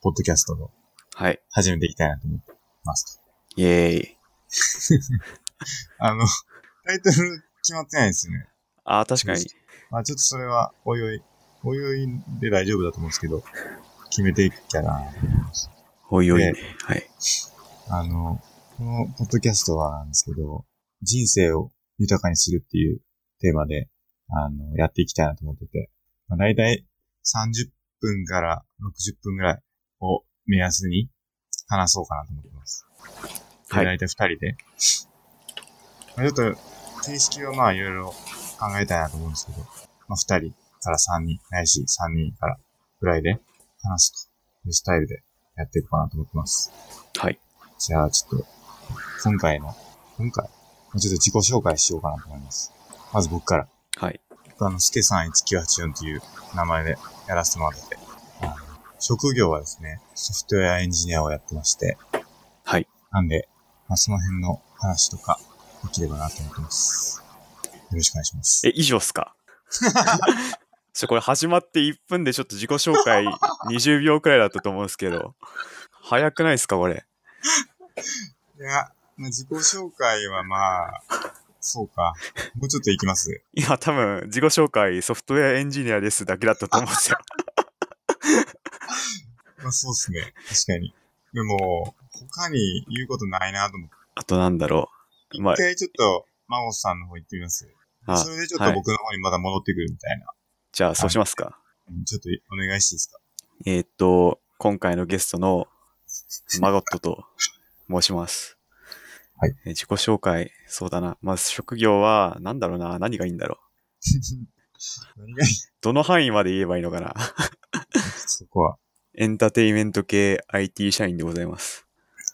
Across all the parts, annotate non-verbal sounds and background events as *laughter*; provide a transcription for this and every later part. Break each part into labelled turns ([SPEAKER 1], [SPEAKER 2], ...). [SPEAKER 1] ポッドキャストを
[SPEAKER 2] はい。
[SPEAKER 1] 始めていきたいなと思ってます。
[SPEAKER 2] イェーイ。
[SPEAKER 1] あの、 *laughs* タイトル決まってないですね。
[SPEAKER 2] ああ、確かに。
[SPEAKER 1] まあちょっとそれは、おいおい、おいおいで大丈夫だと思うんですけど、決めていきたいなと思います。
[SPEAKER 2] おいおいね
[SPEAKER 1] ね。
[SPEAKER 2] はい。
[SPEAKER 1] あの、このポッドキャストはなんですけど、人生を豊かにするっていうテーマで、あの、やっていきたいなと思ってて、まあ、大体30分から60分ぐらいを目安に話そうかなと思ってます。
[SPEAKER 2] は
[SPEAKER 1] はいい。大体二人で。まあ、ちょっと、形式はまあいろいろ考えたいなと思うんですけど、まあ二人から三人、ないし三人からぐらいで話すというスタイルでやっていこうかなと思ってます。
[SPEAKER 2] はい。
[SPEAKER 1] じゃあ、ちょっと、今回の、今回、ちょっと自己紹介しようかなと思います。まず僕から。
[SPEAKER 2] はい。
[SPEAKER 1] 僕あの、すけさん1984という名前でやらせてもらってて、あの職業はですね、ソフトウェアエンジニアをやってまして、
[SPEAKER 2] はい。
[SPEAKER 1] なんで、まあ、その辺の話とか、できればなと思ってます。よろしくお願いします。
[SPEAKER 2] え、以上っす *laughs* かちょ、これ始まって1分でちょっと自己紹介20秒くらいだったと思うんですけど。早くないですか、これ。
[SPEAKER 1] いや、まあ、自己紹介はまあ、そうか。もうちょっといきます。
[SPEAKER 2] いや、多分、自己紹介、ソフトウェアエンジニアですだけだったと思うんですよ。
[SPEAKER 1] まあ、そうですね。確かに。でも、他に言うことないなと思って
[SPEAKER 2] *laughs* あとなんだろう。まあ
[SPEAKER 1] 一、回ちょっと、マゴさんの方行ってみます。
[SPEAKER 2] あ
[SPEAKER 1] それでちょっと僕の方にまだ戻ってくるみたいな。
[SPEAKER 2] じゃあ、そうしますか。
[SPEAKER 1] うんちょっとお願いしていいですか
[SPEAKER 2] えーっと、今回のゲストのマゴットと申します。
[SPEAKER 1] はい
[SPEAKER 2] えー。自己紹介、そうだな。まあ、職業は、なんだろうな。何がいいんだろう。
[SPEAKER 1] *laughs* 何がいい
[SPEAKER 2] どの範囲まで言えばいいのかな。 *laughs*
[SPEAKER 1] そこは。
[SPEAKER 2] エンターテインメント系 IT 社員でございます。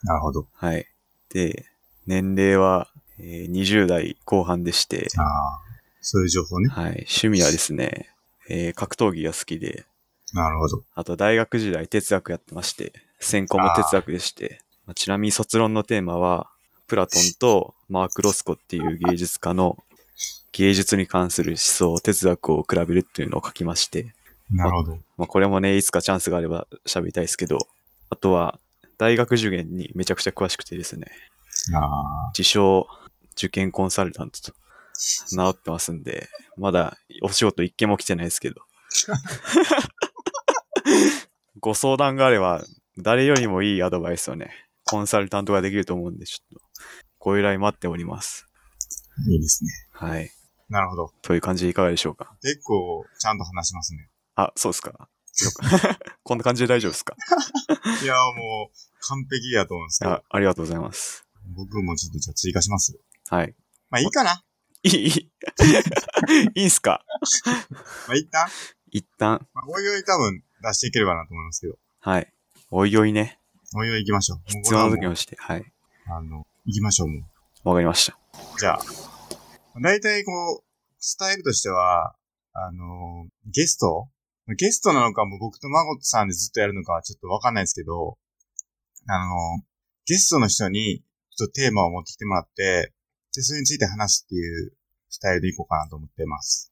[SPEAKER 1] なるほど。
[SPEAKER 2] はい。で、年齢は、えー20代後半でして、
[SPEAKER 1] ああ、そういう情報ね。
[SPEAKER 2] はい。趣味はですね、えー格闘技が好きで、
[SPEAKER 1] なるほど。
[SPEAKER 2] あと大学時代哲学やってまして、専攻も哲学でして、まあちなみに卒論のテーマは、プラトンとマーク・ロスコっていう芸術家の芸術に関する思想、哲学を比べるっていうのを書きまして、
[SPEAKER 1] なるほど。
[SPEAKER 2] まあ、これもね、いつかチャンスがあれば喋りたいですけど、あとは、大学受験にめちゃくちゃ詳しくてですね、
[SPEAKER 1] ああ、
[SPEAKER 2] 自称、受験コンサルタントと名乗ってますんで、まだお仕事一件も来てないですけど。 *laughs* ご相談があれば、誰よりもいいアドバイスをね、コンサルタントができると思うんで、ちょっと、ご依頼待っております。
[SPEAKER 1] いいですね。
[SPEAKER 2] はい。
[SPEAKER 1] なるほど。
[SPEAKER 2] という感じでいかがでしょうか
[SPEAKER 1] 結構、ちゃんと話しますね。
[SPEAKER 2] あ、そうですか。よか *laughs* こんな感じで大丈夫ですか
[SPEAKER 1] いや、もう、完璧だと思うんですけ
[SPEAKER 2] あ
[SPEAKER 1] ど、
[SPEAKER 2] ありがとうございます。
[SPEAKER 1] 僕もちょっとじゃあ追加します。
[SPEAKER 2] はい。
[SPEAKER 1] まあいいかない
[SPEAKER 2] い、いいい *laughs* いんすか
[SPEAKER 1] まあ一旦、
[SPEAKER 2] 一旦。
[SPEAKER 1] まあ、おいおい多分出していければなと思いますけど、
[SPEAKER 2] はい。おいおいね。
[SPEAKER 1] おいおい行きましょう。もうこ
[SPEAKER 2] 必
[SPEAKER 1] れ
[SPEAKER 2] 要
[SPEAKER 1] は
[SPEAKER 2] な
[SPEAKER 1] も
[SPEAKER 2] 時
[SPEAKER 1] う
[SPEAKER 2] もして。はい。
[SPEAKER 1] あの、行きましょう、もう。
[SPEAKER 2] わかりました。
[SPEAKER 1] じゃあ、大体こう、スタイルとしては、あのーゲストゲストなのかもう僕とマゴットさんでずっとやるのかはちょっとわかんないですけど、あのーゲストの人にちょっとテーマを持ってきてもらって、で、それについて話すっていうスタイルでいこうかなと思ってます。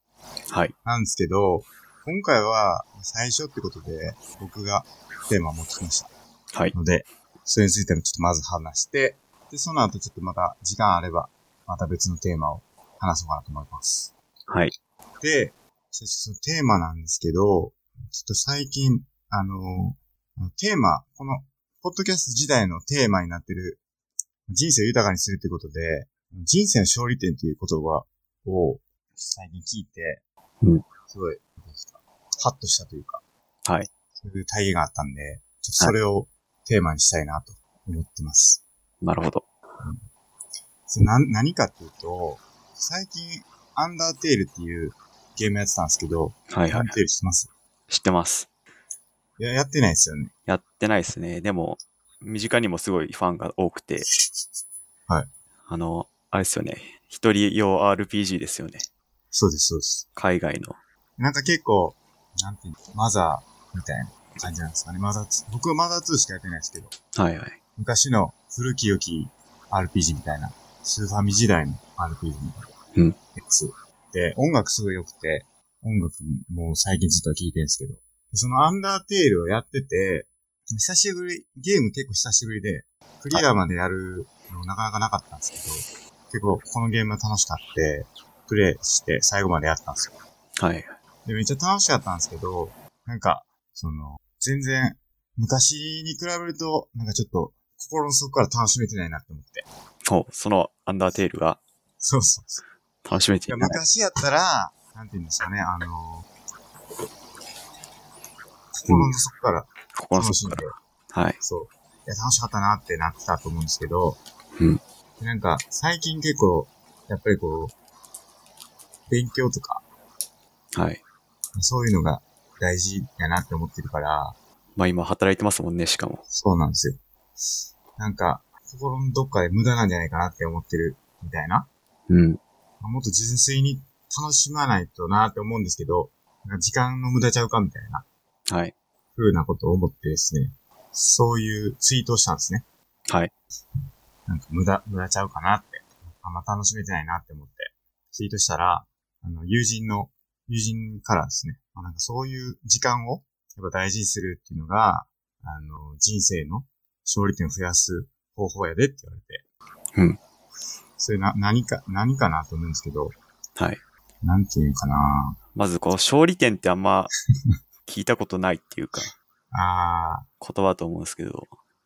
[SPEAKER 2] はい。
[SPEAKER 1] なんですけど、今回は最初ってことで僕がテーマを持ってきました。
[SPEAKER 2] はい。
[SPEAKER 1] ので、それについてもちょっとまず話して、で、その後ちょっとまた時間あれば、また別のテーマを話そうかなと思います。
[SPEAKER 2] はい。
[SPEAKER 1] で、ちょっとそのテーマなんですけど、ちょっと最近、あの、テーマ、この、ポッドキャスト時代のテーマになってる、人生を豊かにするということで、人生の勝利点という言葉を最近聞いて、
[SPEAKER 2] うん
[SPEAKER 1] すごい、どうですかハッとしたというか、
[SPEAKER 2] はい。
[SPEAKER 1] そういう体験があったんで、ちょっとそれをテーマにしたいなと思ってます。
[SPEAKER 2] なるほど。
[SPEAKER 1] それな、何かっていうと、最近、アンダーテールっていうゲームやってたんですけど、
[SPEAKER 2] はい
[SPEAKER 1] ア
[SPEAKER 2] は
[SPEAKER 1] ン
[SPEAKER 2] い
[SPEAKER 1] ダ。ーテールしてます
[SPEAKER 2] 知ってます。
[SPEAKER 1] いや、やってないですよね。
[SPEAKER 2] やってないですね。でも、身近にもすごいファンが多くて。
[SPEAKER 1] はい。
[SPEAKER 2] あの、あれですよね。一人用 RPG ですよね。
[SPEAKER 1] そうです、そうです。
[SPEAKER 2] 海外の。
[SPEAKER 1] なんか結構、なんていうの、マザーみたいな感じなんですかね。マザー2。僕はマザー2しかやってないですけど、
[SPEAKER 2] はいはい。
[SPEAKER 1] 昔の古き良き RPG みたいな、スーファミ時代の RPG みたいなやつ。で、音楽すごい良くて、音楽も最近ずっと聴いてるんですけど、でそのアンダーテールをやってて、久しぶり、ゲーム結構久しぶりで、クリアまでやるのなかなかなかったんですけど、結構このゲームは楽しかって、プレイして最後までやったんですよ。
[SPEAKER 2] はい。
[SPEAKER 1] で、めっちゃ楽しかったんですけど、なんか、その、全然、昔に比べると、なんかちょっと、心の底から楽しめてないなって思って。
[SPEAKER 2] ほう、そのアンダーテールが
[SPEAKER 1] そうそうそう。
[SPEAKER 2] 楽しめ
[SPEAKER 1] い
[SPEAKER 2] て
[SPEAKER 1] や
[SPEAKER 2] いない。
[SPEAKER 1] 昔やったら、なんて言うんですかね、あの、心の底から
[SPEAKER 2] 心の
[SPEAKER 1] 楽しん
[SPEAKER 2] 底
[SPEAKER 1] で
[SPEAKER 2] か、ら。はい。
[SPEAKER 1] そう。いや、楽しかったなってなってたと思うんですけど、
[SPEAKER 2] うん
[SPEAKER 1] でなんか、最近結構、やっぱりこう、勉強とか、
[SPEAKER 2] はい。
[SPEAKER 1] そういうのが大事やなって思ってるから、
[SPEAKER 2] まあ今働いてますもんね、しかも。
[SPEAKER 1] そうなんですよ。なんか、心のどっかで無駄なんじゃないかなって思ってるみたいな。
[SPEAKER 2] うん。
[SPEAKER 1] もっと純粋に楽しまないとなって思うんですけど、なんか時間の無駄ちゃうかみたいな、
[SPEAKER 2] はい。
[SPEAKER 1] 風なことを思ってですね、そういうツイートをしたんですね。
[SPEAKER 2] はい。
[SPEAKER 1] なんか無駄、無駄ちゃうかなって。あんま楽しめてないなって思って、ツイートしたら、あの、友人の、友人からですね、まあ、なんかそういう時間を、やっぱ大事にするっていうのが、あの、人生の勝利点を増やす方法やでって言われて。
[SPEAKER 2] うん。
[SPEAKER 1] それな、何か、何かなと思うんですけど、
[SPEAKER 2] はい。
[SPEAKER 1] なんていうかな
[SPEAKER 2] まずこの勝利点ってあんま聞いたことないっていうか、
[SPEAKER 1] あ
[SPEAKER 2] 言葉だと思うんですけど、
[SPEAKER 1] ー、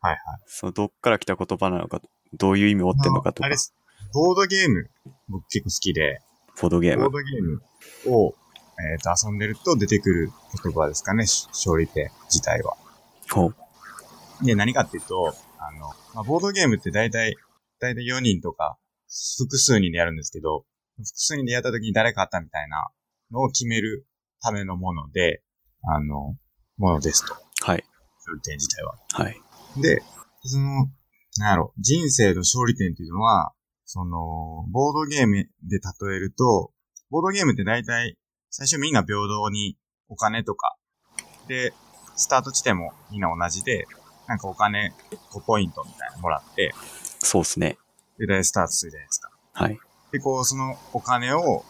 [SPEAKER 1] はいはい。
[SPEAKER 2] そのどっから来た言葉なのか、どういう意味を持ってんのか
[SPEAKER 1] あ
[SPEAKER 2] とか
[SPEAKER 1] れで、す。ボードゲーム、僕結構好きで、
[SPEAKER 2] フォードゲー
[SPEAKER 1] ボー
[SPEAKER 2] ム。
[SPEAKER 1] ドゲームを、えっ、と、遊んでると出てくる言葉ですかね、し勝利点自体は。
[SPEAKER 2] ほう。
[SPEAKER 1] で、何かっていうと、あの、まあ、ボードゲームって大体、大体4人とか、複数人でやるんですけど、複数人でやった時に誰勝ったみたいなのを決めるためのもので、あの、ものですと、
[SPEAKER 2] はい。
[SPEAKER 1] 勝利点自体は。
[SPEAKER 2] はい。
[SPEAKER 1] で、その、なんやろ、人生の勝利点っていうのは、その、ボードゲームで例えると、ボードゲームって大体、最初みんな平等にお金とか、で、スタート地点もみんな同じで、なんかお金5ポイントみたいなのもらって、
[SPEAKER 2] そうですね。
[SPEAKER 1] で、大体スタートするじゃないですか。
[SPEAKER 2] はい。
[SPEAKER 1] で、こう、そのお金を、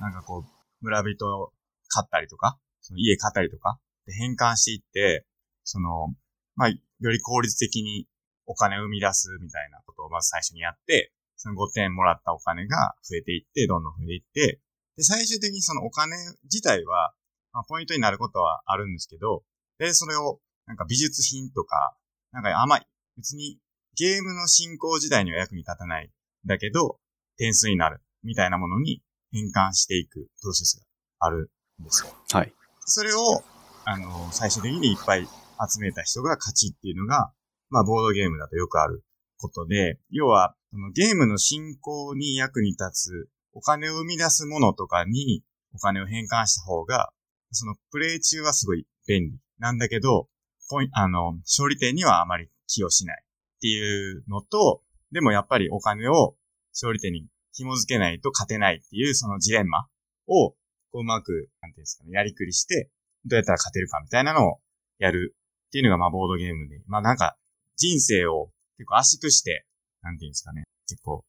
[SPEAKER 1] なんかこう、村人買ったりとか、その家買ったりとか、で変換していって、その、まあ、より効率的にお金を生み出すみたいなことをまず最初にやって、その5点もらったお金が増えていって、どんどん増えていって、で、最終的にそのお金自体は、まあ、ポイントになることはあるんですけど、で、それを、なんか美術品とか、なんかあんま、別にゲームの進行自体には役に立たないんだけど、点数になるみたいなものに変換していくプロセスがあるんですよ。
[SPEAKER 2] はい。
[SPEAKER 1] それを、あの、最終的にいっぱい集めた人が勝ちっていうのが、まあ、ボードゲームだとよくあることで、要は、そのゲームの進行に役に立つ、お金を生み出すものとかにお金を変換した方が、そのプレイ中はすごい便利なんだけど、ポインあの、勝利点にはあまり寄与しないっていうのと、でもやっぱりお金を勝利点に紐づけないと勝てないっていうそのジレンマを、こううまく、なんていうんですかね、やりくりして、どうやったら勝てるかみたいなのをやるっていうのが、まあ、ボードゲームで、まあ、なんか、人生を結構圧縮して、なんていうんですかね、結構、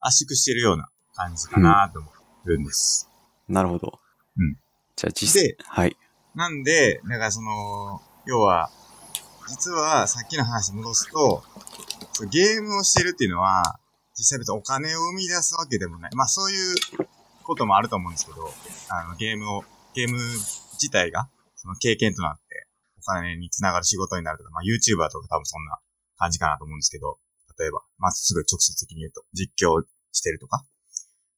[SPEAKER 1] 圧縮してるような感じかなと思うんです。
[SPEAKER 2] なるほど。
[SPEAKER 1] うん。
[SPEAKER 2] じゃあ実際
[SPEAKER 1] で、
[SPEAKER 2] はい。
[SPEAKER 1] なんで、だからその、要は、実はさっきの話に戻すと、ゲームをしてるっていうのは、実際別にお金を生み出すわけでもない。まあそういうこともあると思うんですけど、あのゲームを、ゲーム自体が、その経験となって、お金につながる仕事になるとか、まあ YouTuber とか多分そんな感じかなと思うんですけど、例えば、まあすごい直接的に言うと、実況してるとか、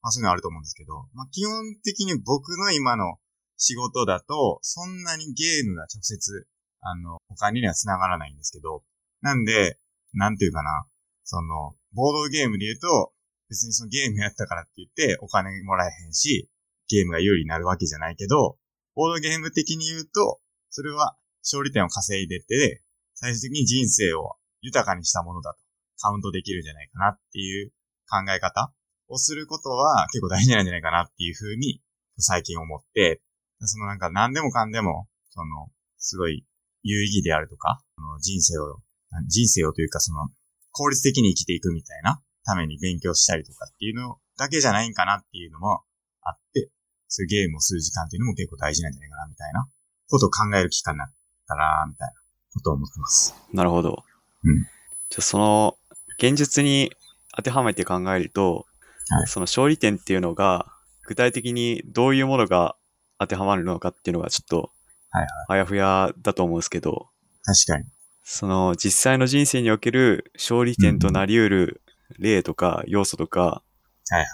[SPEAKER 1] まあそういうのあると思うんですけど、まあ基本的に僕の今の仕事だと、そんなにゲームが直接、あの、他には繋がらないんですけど、なんで、なんていうかな、その、ボードゲームで言うと、別にそのゲームやったからって言ってお金もらえへんし、ゲームが有利になるわけじゃないけど、ボードゲーム的に言うと、それは勝利点を稼いでって、最終的に人生を豊かにしたものだとカウントできるんじゃないかなっていう考え方をすることは結構大事なんじゃないかなっていうふうに最近思って、そのなんか何でもかんでも、その、すごい有意義であるとか、その人生を、な人生をというかその、効率的に生きていくみたいなために勉強したりとかっていうのだけじゃないんかなっていうのもあって、そういうゲームをする時間っていうのも結構大事なんじゃないかなみたいなことを考える期間になったら、みたいなことを思ってます。
[SPEAKER 2] なるほど。
[SPEAKER 1] うん
[SPEAKER 2] じゃあその、現実に当てはめて考えると、
[SPEAKER 1] はい
[SPEAKER 2] その勝利点っていうのが、具体的にどういうものが当てはまるのかっていうのがちょっと
[SPEAKER 1] はい、
[SPEAKER 2] あやふやだと思うんですけど、
[SPEAKER 1] 確かに。
[SPEAKER 2] その実際の人生における勝利点となり得る例とか要素とか、
[SPEAKER 1] はいはい。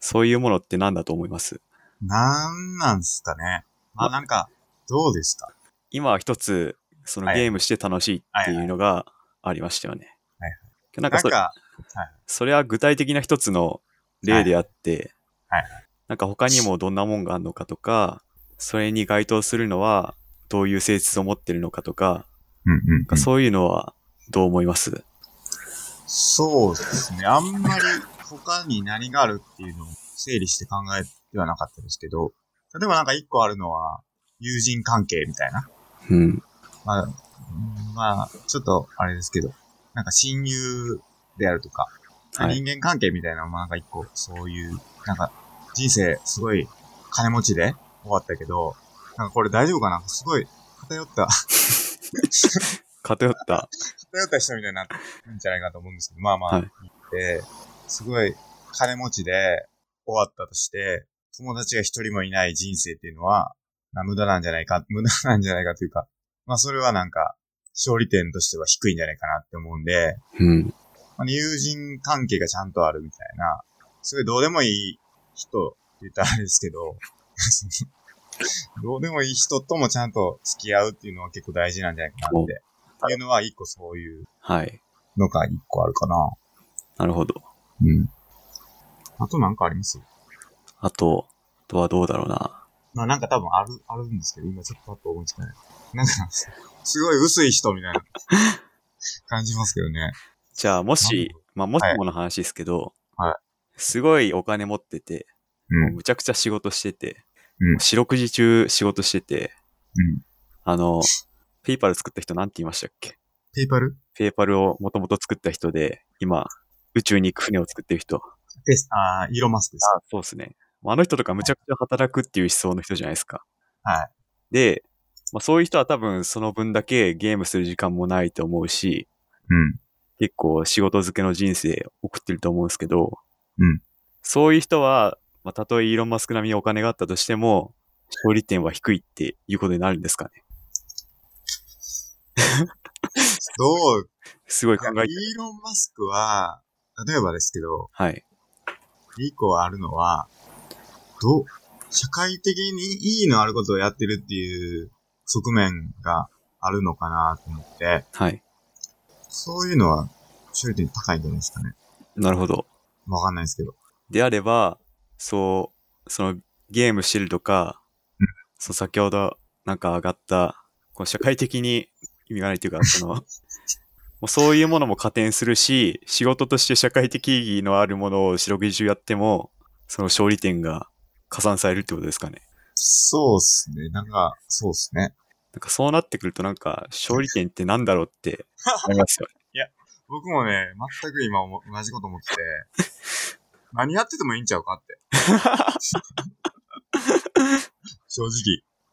[SPEAKER 2] そういうものって何だと思います
[SPEAKER 1] なんなんすかね。まあなんか、どうですか
[SPEAKER 2] 今は一つ、その
[SPEAKER 1] はい
[SPEAKER 2] ゲームして楽しいっていうのがありましたよね。
[SPEAKER 1] はい
[SPEAKER 2] な
[SPEAKER 1] なん
[SPEAKER 2] んかそれ
[SPEAKER 1] か、
[SPEAKER 2] それは具体的な一つの例であって、
[SPEAKER 1] はいは
[SPEAKER 2] なんか他にもどんなもんがあるのかとか、それに該当するのはどういう性質を持ってるのかとか、
[SPEAKER 1] うんうん
[SPEAKER 2] なんかそういうのはどう思います
[SPEAKER 1] そうですね。あんまり他に何があるっていうのを整理して考えてはなかったですけど、例えばなんか一個あるのは、友人関係みたいな。
[SPEAKER 2] うん。
[SPEAKER 1] まあ、うんまあ、ちょっとあれですけど、なんか親友であるとか、
[SPEAKER 2] はい。
[SPEAKER 1] 人間関係みたいなのもなんか一個、そういう、なんか人生すごい金持ちで終わったけど、なんかこれ大丈夫かなすごい偏った
[SPEAKER 2] 偏った。
[SPEAKER 1] 偏った人みたいになるんじゃないかと思うんですけど、まあまあ、
[SPEAKER 2] はい
[SPEAKER 1] 行って、すごい金持ちで終わったとして、友達が一人もいない人生っていうのは、まあ無駄なんじゃないか、無駄なんじゃないかというか、まあそれはなんか、勝利点としては低いんじゃないかなって思うんで、
[SPEAKER 2] うん。
[SPEAKER 1] まあ友人関係がちゃんとあるみたいな、すごいどうでもいい人って言ったらあれですけど、どうでもいい人ともちゃんと付き合うっていうのは結構大事なんじゃないかなって。っていうのは一個そういう
[SPEAKER 2] はい。
[SPEAKER 1] のが一個あるかな。
[SPEAKER 2] なるほど。
[SPEAKER 1] うん。あとなんかあります
[SPEAKER 2] あと、あとはどうだろうな。
[SPEAKER 1] まあなんか多分ある、あるんですけど、今ちょっとパッと思いつかない。なんか、すごい薄い人みたいな感じますけどね。
[SPEAKER 2] じゃあ、も
[SPEAKER 1] なんだ
[SPEAKER 2] し
[SPEAKER 1] ろ、
[SPEAKER 2] まあ、もし
[SPEAKER 1] はい
[SPEAKER 2] もの話ですけど、
[SPEAKER 1] はい
[SPEAKER 2] すごいお金持ってて、
[SPEAKER 1] うん
[SPEAKER 2] もうむちゃくちゃ仕事してて、
[SPEAKER 1] うん
[SPEAKER 2] 四六時中仕事してて、
[SPEAKER 1] うん。
[SPEAKER 2] あの、ペイパル作った人なんて言いましたっけ
[SPEAKER 1] ペイパル
[SPEAKER 2] ペイパルをもともと作った人で、今、宇宙に行く船を作ってる人。
[SPEAKER 1] ペス、ああ、イーロンマスクです。
[SPEAKER 2] そうですね。まああの人とかむちゃくちゃ働くっていう思想の人じゃないですか。
[SPEAKER 1] はい。
[SPEAKER 2] で、まあ、そういう人は多分その分だけゲームする時間もないと思うし、
[SPEAKER 1] うん。
[SPEAKER 2] 結構仕事漬けの人生送ってると思うんですけど、
[SPEAKER 1] うん
[SPEAKER 2] そういう人は、まあ、たとえイーロン・マスク並みにお金があったとしても、勝利点は低いっていうことになるんですかね。
[SPEAKER 1] どう
[SPEAKER 2] すごい
[SPEAKER 1] いや
[SPEAKER 2] 考
[SPEAKER 1] イ
[SPEAKER 2] え、
[SPEAKER 1] ーロン・マスクは、例えばですけど、
[SPEAKER 2] はい。
[SPEAKER 1] 一個あるのは、どう、社会的にいいのあることをやってるっていう側面があるのかなと思って、
[SPEAKER 2] はい。
[SPEAKER 1] そういうのは、勝利点高いんじゃないですかね。
[SPEAKER 2] なるほど。
[SPEAKER 1] わかんないですけど。
[SPEAKER 2] であれば、そう、そのゲームしてるとか、
[SPEAKER 1] うん
[SPEAKER 2] そう先ほどなんか上がった、こう社会的に意味がないという *laughs* か、その、もうそういうものも加点するし、仕事として社会的意義のあるものを四六時中やっても、その勝利点が加算されるってことですかね。
[SPEAKER 1] そうっすね。なんか、そうっすね。
[SPEAKER 2] なんかそうなってくるとなんか勝利点ってなんだろうって思いますよね。
[SPEAKER 1] 僕もね、全く今も同じこと思ってて、
[SPEAKER 2] *laughs*
[SPEAKER 1] 何やっててもいいんちゃうかって。 *laughs* 正直。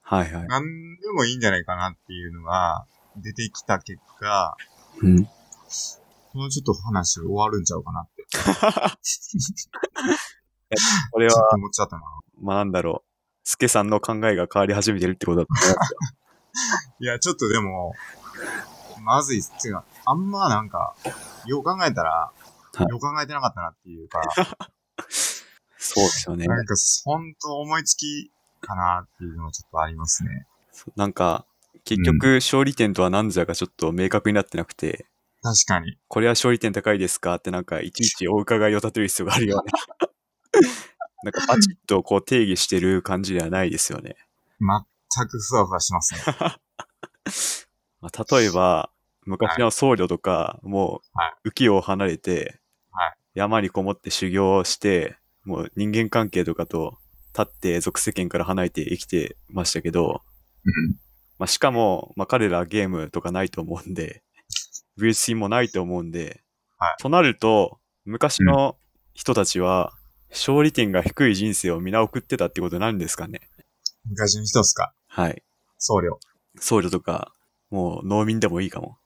[SPEAKER 2] はいはい。
[SPEAKER 1] 何でもいいんじゃないかなっていうのが出てきた結果、
[SPEAKER 2] うん。
[SPEAKER 1] このちょっと話終わるんちゃうかなって。
[SPEAKER 2] これ
[SPEAKER 1] ちょっ
[SPEAKER 2] は、
[SPEAKER 1] と思っちゃったな。
[SPEAKER 2] まあなんだろう。スケさんの考えが変わり始めてるってことだと思いますよ。
[SPEAKER 1] いや、ちょっとでも、まずいっす。ていうか、あんまなんか、よう考えたら、
[SPEAKER 2] はい
[SPEAKER 1] よう考えてなかったなっていうか、
[SPEAKER 2] *laughs* そうですよね。
[SPEAKER 1] なんか、ほんと思いつきかなっていうのはちょっとありますね。
[SPEAKER 2] なんか、結局、勝利点とは何ぞやがちょっと明確になってなくて、
[SPEAKER 1] 確かに。
[SPEAKER 2] これは勝利点高いですかってなんか、いちいちお伺いを立てる必要があるよね。なんか、パチッとこう定義してる感じではないですよね。
[SPEAKER 1] 全くふわふわしますね。
[SPEAKER 2] まあ、例えば、昔の僧侶とか、も
[SPEAKER 1] は
[SPEAKER 2] う、浮世を離れて
[SPEAKER 1] はい、
[SPEAKER 2] 山にこもって修行をして、もう人間関係とかと立って俗世間から離れて生きてましたけど、
[SPEAKER 1] うん。
[SPEAKER 2] まあ、しかも、まあ、彼らゲームとかないと思う
[SPEAKER 1] *laughs*
[SPEAKER 2] んで、美術品もないと思うんで、
[SPEAKER 1] はい
[SPEAKER 2] となると、昔の人たちは、勝利点が低い人生を皆送ってたってことになるんですかね。
[SPEAKER 1] 昔の人っすか
[SPEAKER 2] はい。
[SPEAKER 1] 僧侶。
[SPEAKER 2] 僧侶とか、もう農民でもいいかも。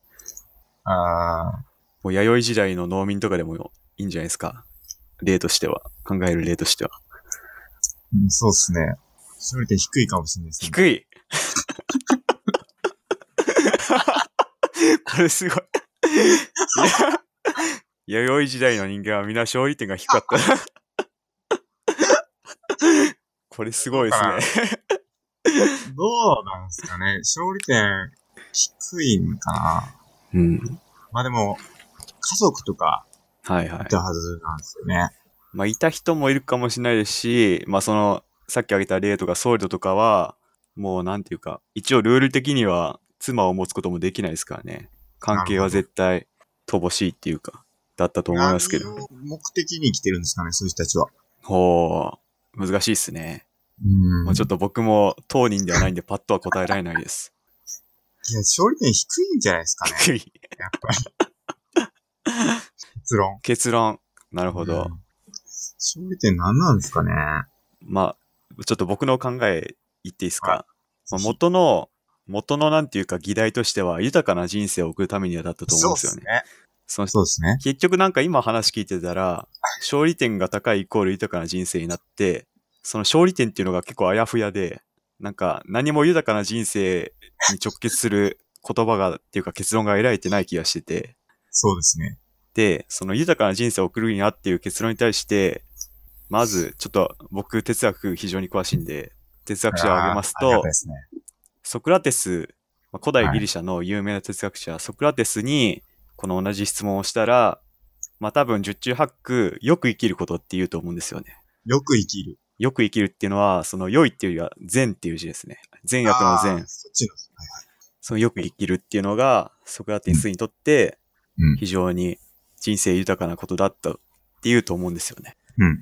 [SPEAKER 1] あ
[SPEAKER 2] もう弥生時代の農民とかでもいいんじゃないですか。例としては。考える例としては。
[SPEAKER 1] ー、そうっすね。勝利点低いかもしれないですね。
[SPEAKER 2] 低い *laughs* これすごい。いや弥生時代の人間は皆勝利点が低かった。これすごいですね。
[SPEAKER 1] どうなんですかね。勝利点低いんかな。
[SPEAKER 2] うん。
[SPEAKER 1] まあでも、家族とか
[SPEAKER 2] はいはい
[SPEAKER 1] い。たはずなんですよね。
[SPEAKER 2] まあ、いた人もいるかもしれないですし、まあ、その、さっき挙げた例とか僧侶とかは、もうなんていうか、一応ルール的には妻を持つこともできないですからね。関係は絶対乏しいっていうか、だったと思いますけど。
[SPEAKER 1] 何を目的に生きてるんですかね、そういう人たちは。
[SPEAKER 2] ほう、難しいっすね。
[SPEAKER 1] うん
[SPEAKER 2] まあ、ちょっと僕も当人ではないんでパッとは答えられな
[SPEAKER 1] *laughs*
[SPEAKER 2] いです。
[SPEAKER 1] いや、勝利点低いんじゃないです
[SPEAKER 2] *laughs*
[SPEAKER 1] かね。
[SPEAKER 2] 低い
[SPEAKER 1] やっぱり。結論。
[SPEAKER 2] 結論。なるほ
[SPEAKER 1] う
[SPEAKER 2] ど
[SPEAKER 1] ん。。勝利点何なんですかね。
[SPEAKER 2] まあ、ちょっと僕の考え言っていいですか。
[SPEAKER 1] は
[SPEAKER 2] まあ、元の、元のなんていうか議題としては、豊かな人生を送るためにはだったと思うんですよね。その
[SPEAKER 1] そうですね。
[SPEAKER 2] 結局なんか今話聞いてたら、勝利点が高いイコール豊かな人生になって、その勝利点っていうのが結構あやふやで、なんか何も豊かな人生に直結する言葉が、っていうか結論が得られてない気がしてて、
[SPEAKER 1] そうですね。
[SPEAKER 2] で、その豊かな人生を送るにはっていう結論に対して、まず、ちょっと僕哲学非常に詳しいんで、哲学者を挙げます
[SPEAKER 1] あーありが
[SPEAKER 2] と
[SPEAKER 1] たい、ですね。
[SPEAKER 2] ソクラテス、まあ古代ギリシャの有名な哲学者、ソクラテスに、この同じ質問をしたら、まあ多分十中八九、よく生きることって言うと思うんですよね。
[SPEAKER 1] よく生きる。
[SPEAKER 2] よく生きるっていうのは、その良いっていうよりは善っていう字ですね。善悪の
[SPEAKER 1] あー
[SPEAKER 2] 善。
[SPEAKER 1] そっちの。はい
[SPEAKER 2] そのよく生きるっていうのが、ソクラテスにとって
[SPEAKER 1] うん、
[SPEAKER 2] 非常に人生豊かなことだったって言うと思うんですよね。
[SPEAKER 1] うんうん。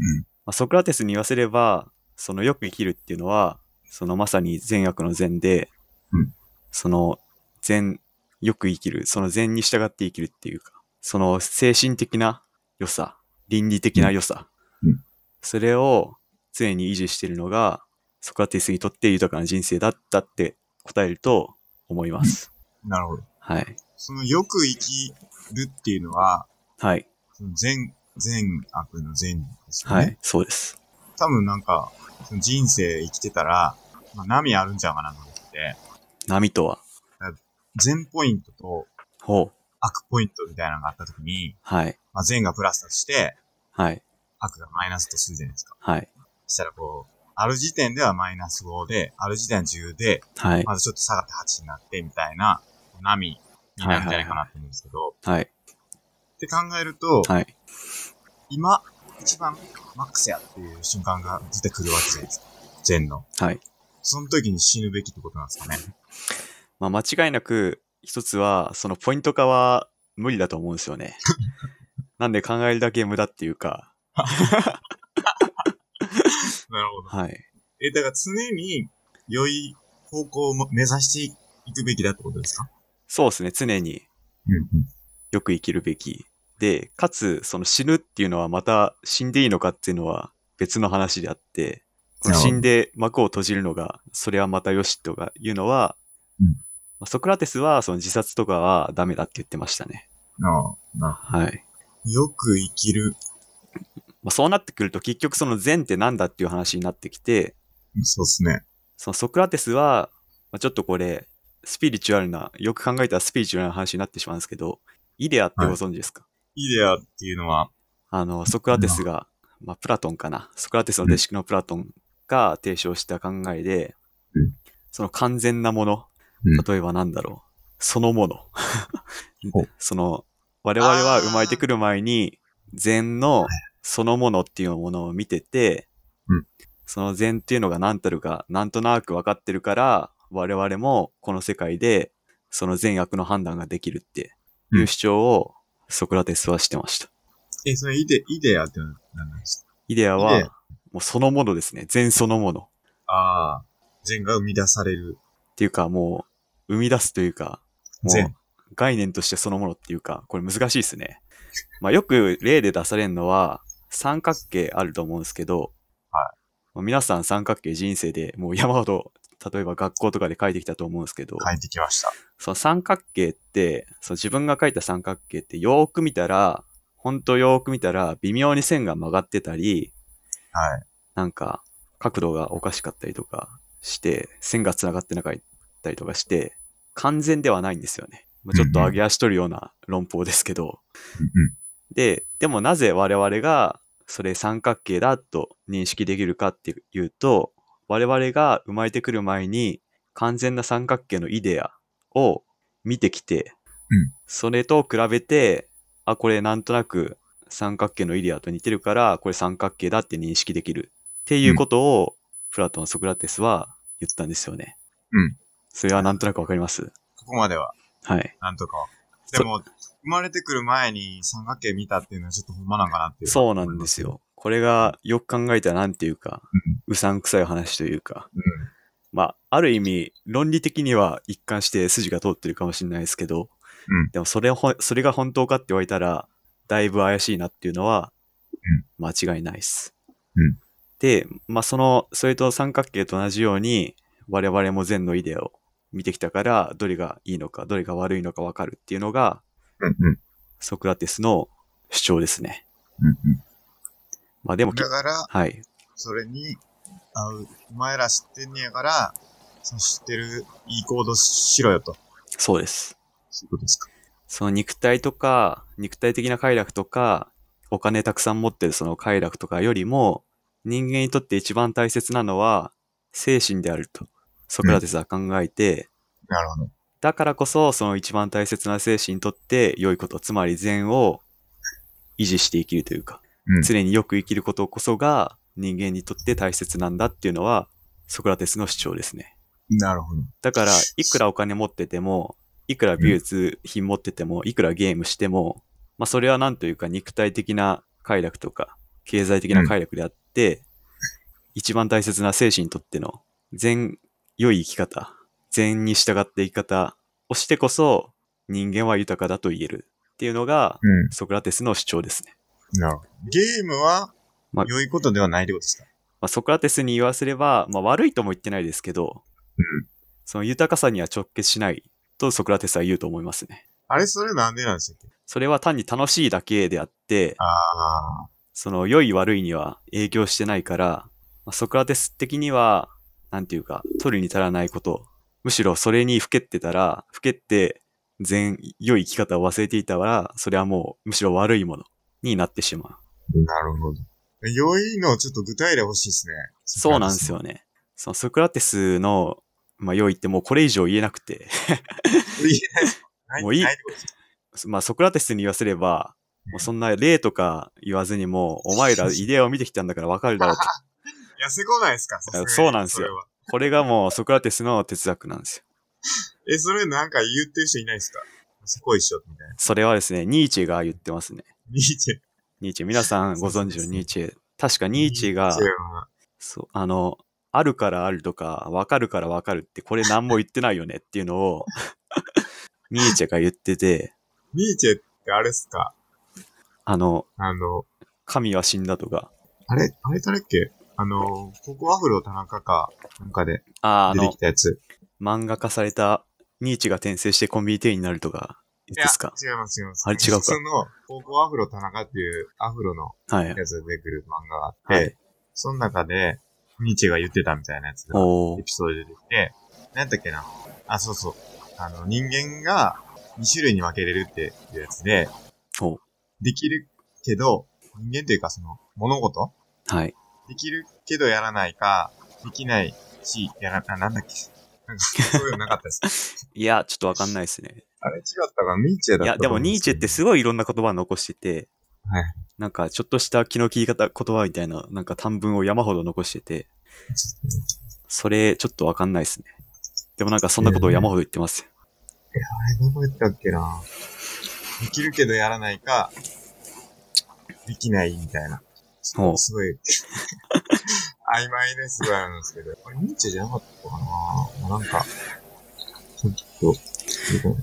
[SPEAKER 2] まあ、ソクラテスに言わせれば、そのよく生きるっていうのは、そのまさに善悪の善で、
[SPEAKER 1] うん
[SPEAKER 2] その善、よく生きる、その善に従って生きるっていうか、その精神的な良さ、倫理的な良さ、
[SPEAKER 1] うん
[SPEAKER 2] それを常に維持しているのが、ソクラテスにとって豊かな人生だったって答えると思います。
[SPEAKER 1] なるほど。
[SPEAKER 2] はい。
[SPEAKER 1] そのよく生きるっていうのは、
[SPEAKER 2] はい。
[SPEAKER 1] その善、善悪の善ですよね。
[SPEAKER 2] はい。そうです。
[SPEAKER 1] 多分なんか、その人生生きてたら、まあ、波あるんちゃうかなと思って、
[SPEAKER 2] 波とは。
[SPEAKER 1] 善ポイントと
[SPEAKER 2] ほう。
[SPEAKER 1] 悪ポイントみたいなのがあったときに、
[SPEAKER 2] はい。
[SPEAKER 1] まあ、善がプラスとして、
[SPEAKER 2] はい。
[SPEAKER 1] 悪がマイナスとするじゃないですか。
[SPEAKER 2] はい。
[SPEAKER 1] したらこう、ある時点ではマイナス5で、ある時点は10で、
[SPEAKER 2] はい。
[SPEAKER 1] まずちょっと下がって8になって、みたいな波になるんじゃないかなと思うんですけど、
[SPEAKER 2] はい。
[SPEAKER 1] って考えると、
[SPEAKER 2] はい。
[SPEAKER 1] 今、一番マックスやっていう瞬間が出てくるわけじゃないですか。善の。
[SPEAKER 2] はい。
[SPEAKER 1] その時に死ぬべきってことなんですかね。
[SPEAKER 2] まあ、間違いなく一つはそのポイント化は無理だと思うんですよ
[SPEAKER 1] *laughs*
[SPEAKER 2] ね。なんで考えるだけ無駄っていうか、
[SPEAKER 1] なるほど。
[SPEAKER 2] はい。
[SPEAKER 1] え、だから常に良い方向を目指していくべきだってことですか
[SPEAKER 2] そうですね、常に
[SPEAKER 1] うんうん。
[SPEAKER 2] よく生きるべき。で、かつその死ぬっていうのはまた死んでいいのかっていうのは別の話であって、この
[SPEAKER 1] なるほど
[SPEAKER 2] 死んで幕を閉じるのが、それはまたよしとかいうのは、
[SPEAKER 1] うん
[SPEAKER 2] まあソクラテスはその自殺とかはダメだって言ってましたね。
[SPEAKER 1] ああ、な
[SPEAKER 2] はい。
[SPEAKER 1] よく生きる。
[SPEAKER 2] まあ、そうなってくると結局その善ってなんだっていう話になってきて、
[SPEAKER 1] そうですね。
[SPEAKER 2] そのソクラテスは、まあ、ちょっとこれ、スピリチュアルな、よく考えたらスピリチュアルな話になってしまうんですけど、イデアってご存知ですか、
[SPEAKER 1] イデアっていうのは、
[SPEAKER 2] あの、ソクラテスが、まあ、プラトンかな。ソクラテスの弟子のプラトンが提唱した考えで、
[SPEAKER 1] うん
[SPEAKER 2] その完全なもの
[SPEAKER 1] うん、
[SPEAKER 2] 例えばなんだろう、そのもの
[SPEAKER 1] *laughs* ほう。
[SPEAKER 2] その、我々は
[SPEAKER 1] あー
[SPEAKER 2] 生まれてくる前に、禅のそのものっていうものを見てて、
[SPEAKER 1] うん
[SPEAKER 2] その禅っていうのが何たるか、なんとなく分かってるから、我々もこの世界で、その善悪の判断ができるっていう主張を、ソクラテスはしてました。
[SPEAKER 1] え、それイデ、イデアってのは何なんです
[SPEAKER 2] イデア
[SPEAKER 1] イデア
[SPEAKER 2] は、もうそのものですね。禅そのもの。
[SPEAKER 1] かああ、善が生み出される。
[SPEAKER 2] っていうか、もう、生み出すというか、も
[SPEAKER 1] 善
[SPEAKER 2] う、概念としてそのものっていうか、これ難しいですね。まあ、よく例で出されるのは、三角形あると思うんですけど、。
[SPEAKER 1] はい
[SPEAKER 2] 皆さん三角形人生でもう山ほど、例えば学校とかで書いてきたと思うんですけど、
[SPEAKER 1] 書いてきました。
[SPEAKER 2] その三角形って、その自分が描いた三角形ってよーく見たら、ほんとよーく見たら微妙に線が曲がってたり、
[SPEAKER 1] はい。
[SPEAKER 2] なんか角度がおかしかったりとかして、線が繋がってなかったりとかして、完全ではないんですよね。まあちょっと上げ足取るような論法ですけど。で、でもなぜ我々がそれ三角形だと認識できるかっていうと、我々が生まれてくる前に完全な三角形のイデアを見てきて、
[SPEAKER 1] うん
[SPEAKER 2] それと比べて、あ、これなんとなく三角形のイデアと似てるから、これ三角形だって認識できるっていうことを、プラトン、ソクラテスは言ったんですよね。
[SPEAKER 1] うん
[SPEAKER 2] それはなんとなくわかります
[SPEAKER 1] ここまでは、
[SPEAKER 2] はい。
[SPEAKER 1] なんとかは。
[SPEAKER 2] そ
[SPEAKER 1] でも、生まれてくる前に三角形見たっていうのはちょっとほんまなんかなっていう。
[SPEAKER 2] そうなんですよ。これがよく考えたらなんていうか、うさんくさい話というか、
[SPEAKER 1] うん。
[SPEAKER 2] まあ、ある意味、論理的には一貫して筋が通ってるかもしれないですけど、
[SPEAKER 1] うん
[SPEAKER 2] でもそれをほん、それが本当かって言われたら、だいぶ怪しいなっていうのは、間違いないです。
[SPEAKER 1] うん
[SPEAKER 2] で、まあ、その、それと三角形と同じように、我々も善のイデアを見てきたから、どれがいいのか、どれが悪いのか分かるっていうのが、
[SPEAKER 1] うん。うん。
[SPEAKER 2] ソクラテスの主張ですね。
[SPEAKER 1] うん。
[SPEAKER 2] まあ、で
[SPEAKER 1] う
[SPEAKER 2] も
[SPEAKER 1] ん。
[SPEAKER 2] き、
[SPEAKER 1] だから、
[SPEAKER 2] はい。
[SPEAKER 1] それに合う。お前ら知ってんねやから、その知ってるいい行動しろよと。
[SPEAKER 2] そうです。
[SPEAKER 1] そういうことですか。
[SPEAKER 2] その肉体とか、肉体的な快楽とか、お金たくさん持ってるその快楽とかよりも、人間にとって一番大切なのは、精神であると、ソクラテスは考えて、
[SPEAKER 1] なるほど。
[SPEAKER 2] だからこそ、その一番大切な精神にとって良いこと、つまり善を維持して生きるというか、
[SPEAKER 1] うん
[SPEAKER 2] 常によく生きることこそが人間にとって大切なんだっていうのは、ソクラテスの主張ですね。
[SPEAKER 1] なるほど。
[SPEAKER 2] だから、いくらお金持ってても、いくら美術品持ってても、いくらゲームしても、まあそれはなんというか肉体的な快楽とか、経済的な快楽であって、一番大切な精神にとっての善、良い生き方、善に従って生き方をしてこそ、人間は豊かだと言えるっていうのが、
[SPEAKER 1] う
[SPEAKER 2] ソクラテスの主張ですね。
[SPEAKER 1] ん。なるほど。ゲームは
[SPEAKER 2] ま、
[SPEAKER 1] 良いことではないってことですか
[SPEAKER 2] まあ、ソクラテスに言わせれば、まあ悪いとも言ってないですけど、
[SPEAKER 1] うん。
[SPEAKER 2] その豊かさには直結しないとソクラテスは言うと思いますね。
[SPEAKER 1] あれ、それなんでなんでしたっけ
[SPEAKER 2] それは単に楽しいだけであって、
[SPEAKER 1] ああ。
[SPEAKER 2] その良い悪いには影響してないから、まあソクラテス的には、なんていうか、取るに足らないこと。むしろそれにふけってたら、ふけって全良い生き方を忘れていたら、それはもうむしろ悪いものになってしまう。
[SPEAKER 1] なるほど。良いのちょっと具体例欲しいですね。
[SPEAKER 2] そうなんですよね。そのソクラテスの、まあ良いってもうこれ以上言えなくて、 *laughs*
[SPEAKER 1] 言えないですな
[SPEAKER 2] もういい
[SPEAKER 1] なってことですか
[SPEAKER 2] まあソクラテスに言わせれば、もうそんな例とか言わずにもう、お前らイデアを見てきたんだからわかるだろうと。
[SPEAKER 1] 痩せこないですかさすがに
[SPEAKER 2] そうなんです
[SPEAKER 1] そ
[SPEAKER 2] よ
[SPEAKER 1] れは
[SPEAKER 2] これがもうソクラテスの哲学なんですよ。
[SPEAKER 1] え、それなんか言ってる人いないですかそこ一緒みたいな。
[SPEAKER 2] それはですね、ニーチェが言ってますね。
[SPEAKER 1] ニーチェ。
[SPEAKER 2] ニーチェ、皆さんご存知のニーチェ。確かニーチェが
[SPEAKER 1] ニ、は
[SPEAKER 2] そう、あの、あるからあるとか、わかるからわかるって、これ何も言ってないよねっていうの *laughs* を、ニーチェが言ってて、
[SPEAKER 1] ニーチェってあれっすか
[SPEAKER 2] あの、
[SPEAKER 1] あの、
[SPEAKER 2] 神は死んだとか、
[SPEAKER 1] あれ、あれ誰っけあの、ここアフロ田中か、なんかで
[SPEAKER 2] あーあ
[SPEAKER 1] 出て
[SPEAKER 2] の
[SPEAKER 1] き、たやつ。
[SPEAKER 2] 漫画化されたニーチェが転生してコンビニ店員になるとか、いつですか
[SPEAKER 1] いや違います、違います。
[SPEAKER 2] あれ違うか
[SPEAKER 1] その、ここアフロ田中っていうアフロの
[SPEAKER 2] はい。
[SPEAKER 1] やつが出てくる漫画があって、
[SPEAKER 2] はい。
[SPEAKER 1] その中で、ニーチェが言ってたみたいなやつが、
[SPEAKER 2] お
[SPEAKER 1] エ
[SPEAKER 2] ー
[SPEAKER 1] ピソードで出てきて、なんやったっけな。あ、そうそう。あの、人間が2種類に分けれるっていうやつで、
[SPEAKER 2] おー
[SPEAKER 1] できるけど、人間というかその、物事
[SPEAKER 2] はい。
[SPEAKER 1] できるけどやらないか、できないし、やら、あ、なんだっけ。なんか、そういうのなかった
[SPEAKER 2] *laughs*
[SPEAKER 1] です。
[SPEAKER 2] いや、ちょっとわかんないですね。
[SPEAKER 1] あれ違ったか、ニーチェだ
[SPEAKER 2] い
[SPEAKER 1] った
[SPEAKER 2] や、でもニーチェって
[SPEAKER 1] す
[SPEAKER 2] すごいいろんな言葉残してて、
[SPEAKER 1] はい
[SPEAKER 2] なんかちょっとした気の利い方、言葉みたいな、なんか短文を山ほど残してて、それちょっとわかんないですね。でもなんかそんなことを山ほど言ってますよ。
[SPEAKER 1] あれ、どこ行ったっけな。できるけどやらないか、できないみたいな。す
[SPEAKER 2] ほう
[SPEAKER 1] ごい、曖昧ですごいあるんですけど、これニーチェじゃなかったかなまあなんか、ちょっと、どこ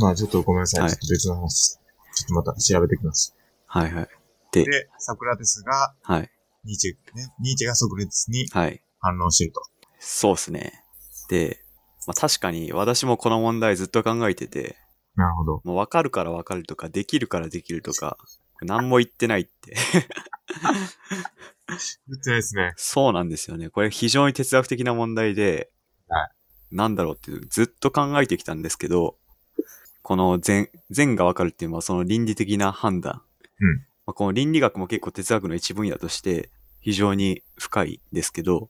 [SPEAKER 1] まあちょっとごめんなさい。
[SPEAKER 2] はい
[SPEAKER 1] ちょっと別の話。ちょっとまた調べてきます。
[SPEAKER 2] はいはい。
[SPEAKER 1] で、サクラテスが、
[SPEAKER 2] はい。
[SPEAKER 1] ニーチェ、ね、ニーチェがソクラテスに
[SPEAKER 2] はい。
[SPEAKER 1] 反論してると。
[SPEAKER 2] そうですね。で、まあ確かに私もこの問題ずっと考えてて、
[SPEAKER 1] なるほど。
[SPEAKER 2] もう分かるから分かるとか、できるからできるとか、何も言ってないって。
[SPEAKER 1] 言ってないですね。
[SPEAKER 2] そうなんですよね。これ非常に哲学的な問題で、
[SPEAKER 1] は
[SPEAKER 2] なんだろうってずっと考えてきたんですけど、この善、善がわかるっていうのはその倫理的な判断。
[SPEAKER 1] うん
[SPEAKER 2] まあ、この倫理学も結構哲学の一分野として非常に深いですけど、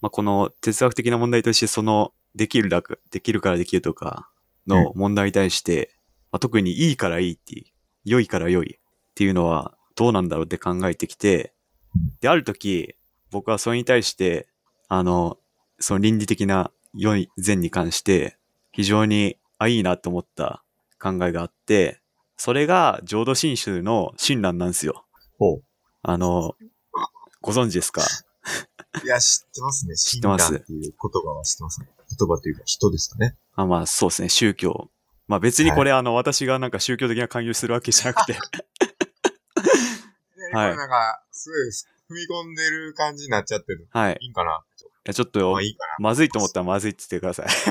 [SPEAKER 2] まあ、この哲学的な問題としてそのできるだく、できるからできるとかの問題に対して、まあ、特にいいからいいっていう、良いから良いっていうのはどうなんだろうって考えてきて、で、ある時、僕はそれに対して、あの、その倫理的な良い善に関して、非常に、あ、いいなと思った考えがあって、それが浄土真宗の親鸞なんですよ。
[SPEAKER 1] ほう。
[SPEAKER 2] あの、ご存知ですか
[SPEAKER 1] いや、知ってますね。知
[SPEAKER 2] ってます
[SPEAKER 1] っていう言葉は知ってますね。言葉というか人ですかね。
[SPEAKER 2] あまあ、そうですね、宗教。まあ別にこれ、あの、私がなんか宗教的な勧誘するわけじゃな
[SPEAKER 1] *laughs*
[SPEAKER 2] くて、はい
[SPEAKER 1] なんか、すごい踏み込んでる感じになっちゃってる。
[SPEAKER 2] はい。い
[SPEAKER 1] いいんかな
[SPEAKER 2] やちょっ
[SPEAKER 1] ま
[SPEAKER 2] と
[SPEAKER 1] あ、い、いかな。
[SPEAKER 2] まずいと思ったらまずいって言ってください。
[SPEAKER 1] い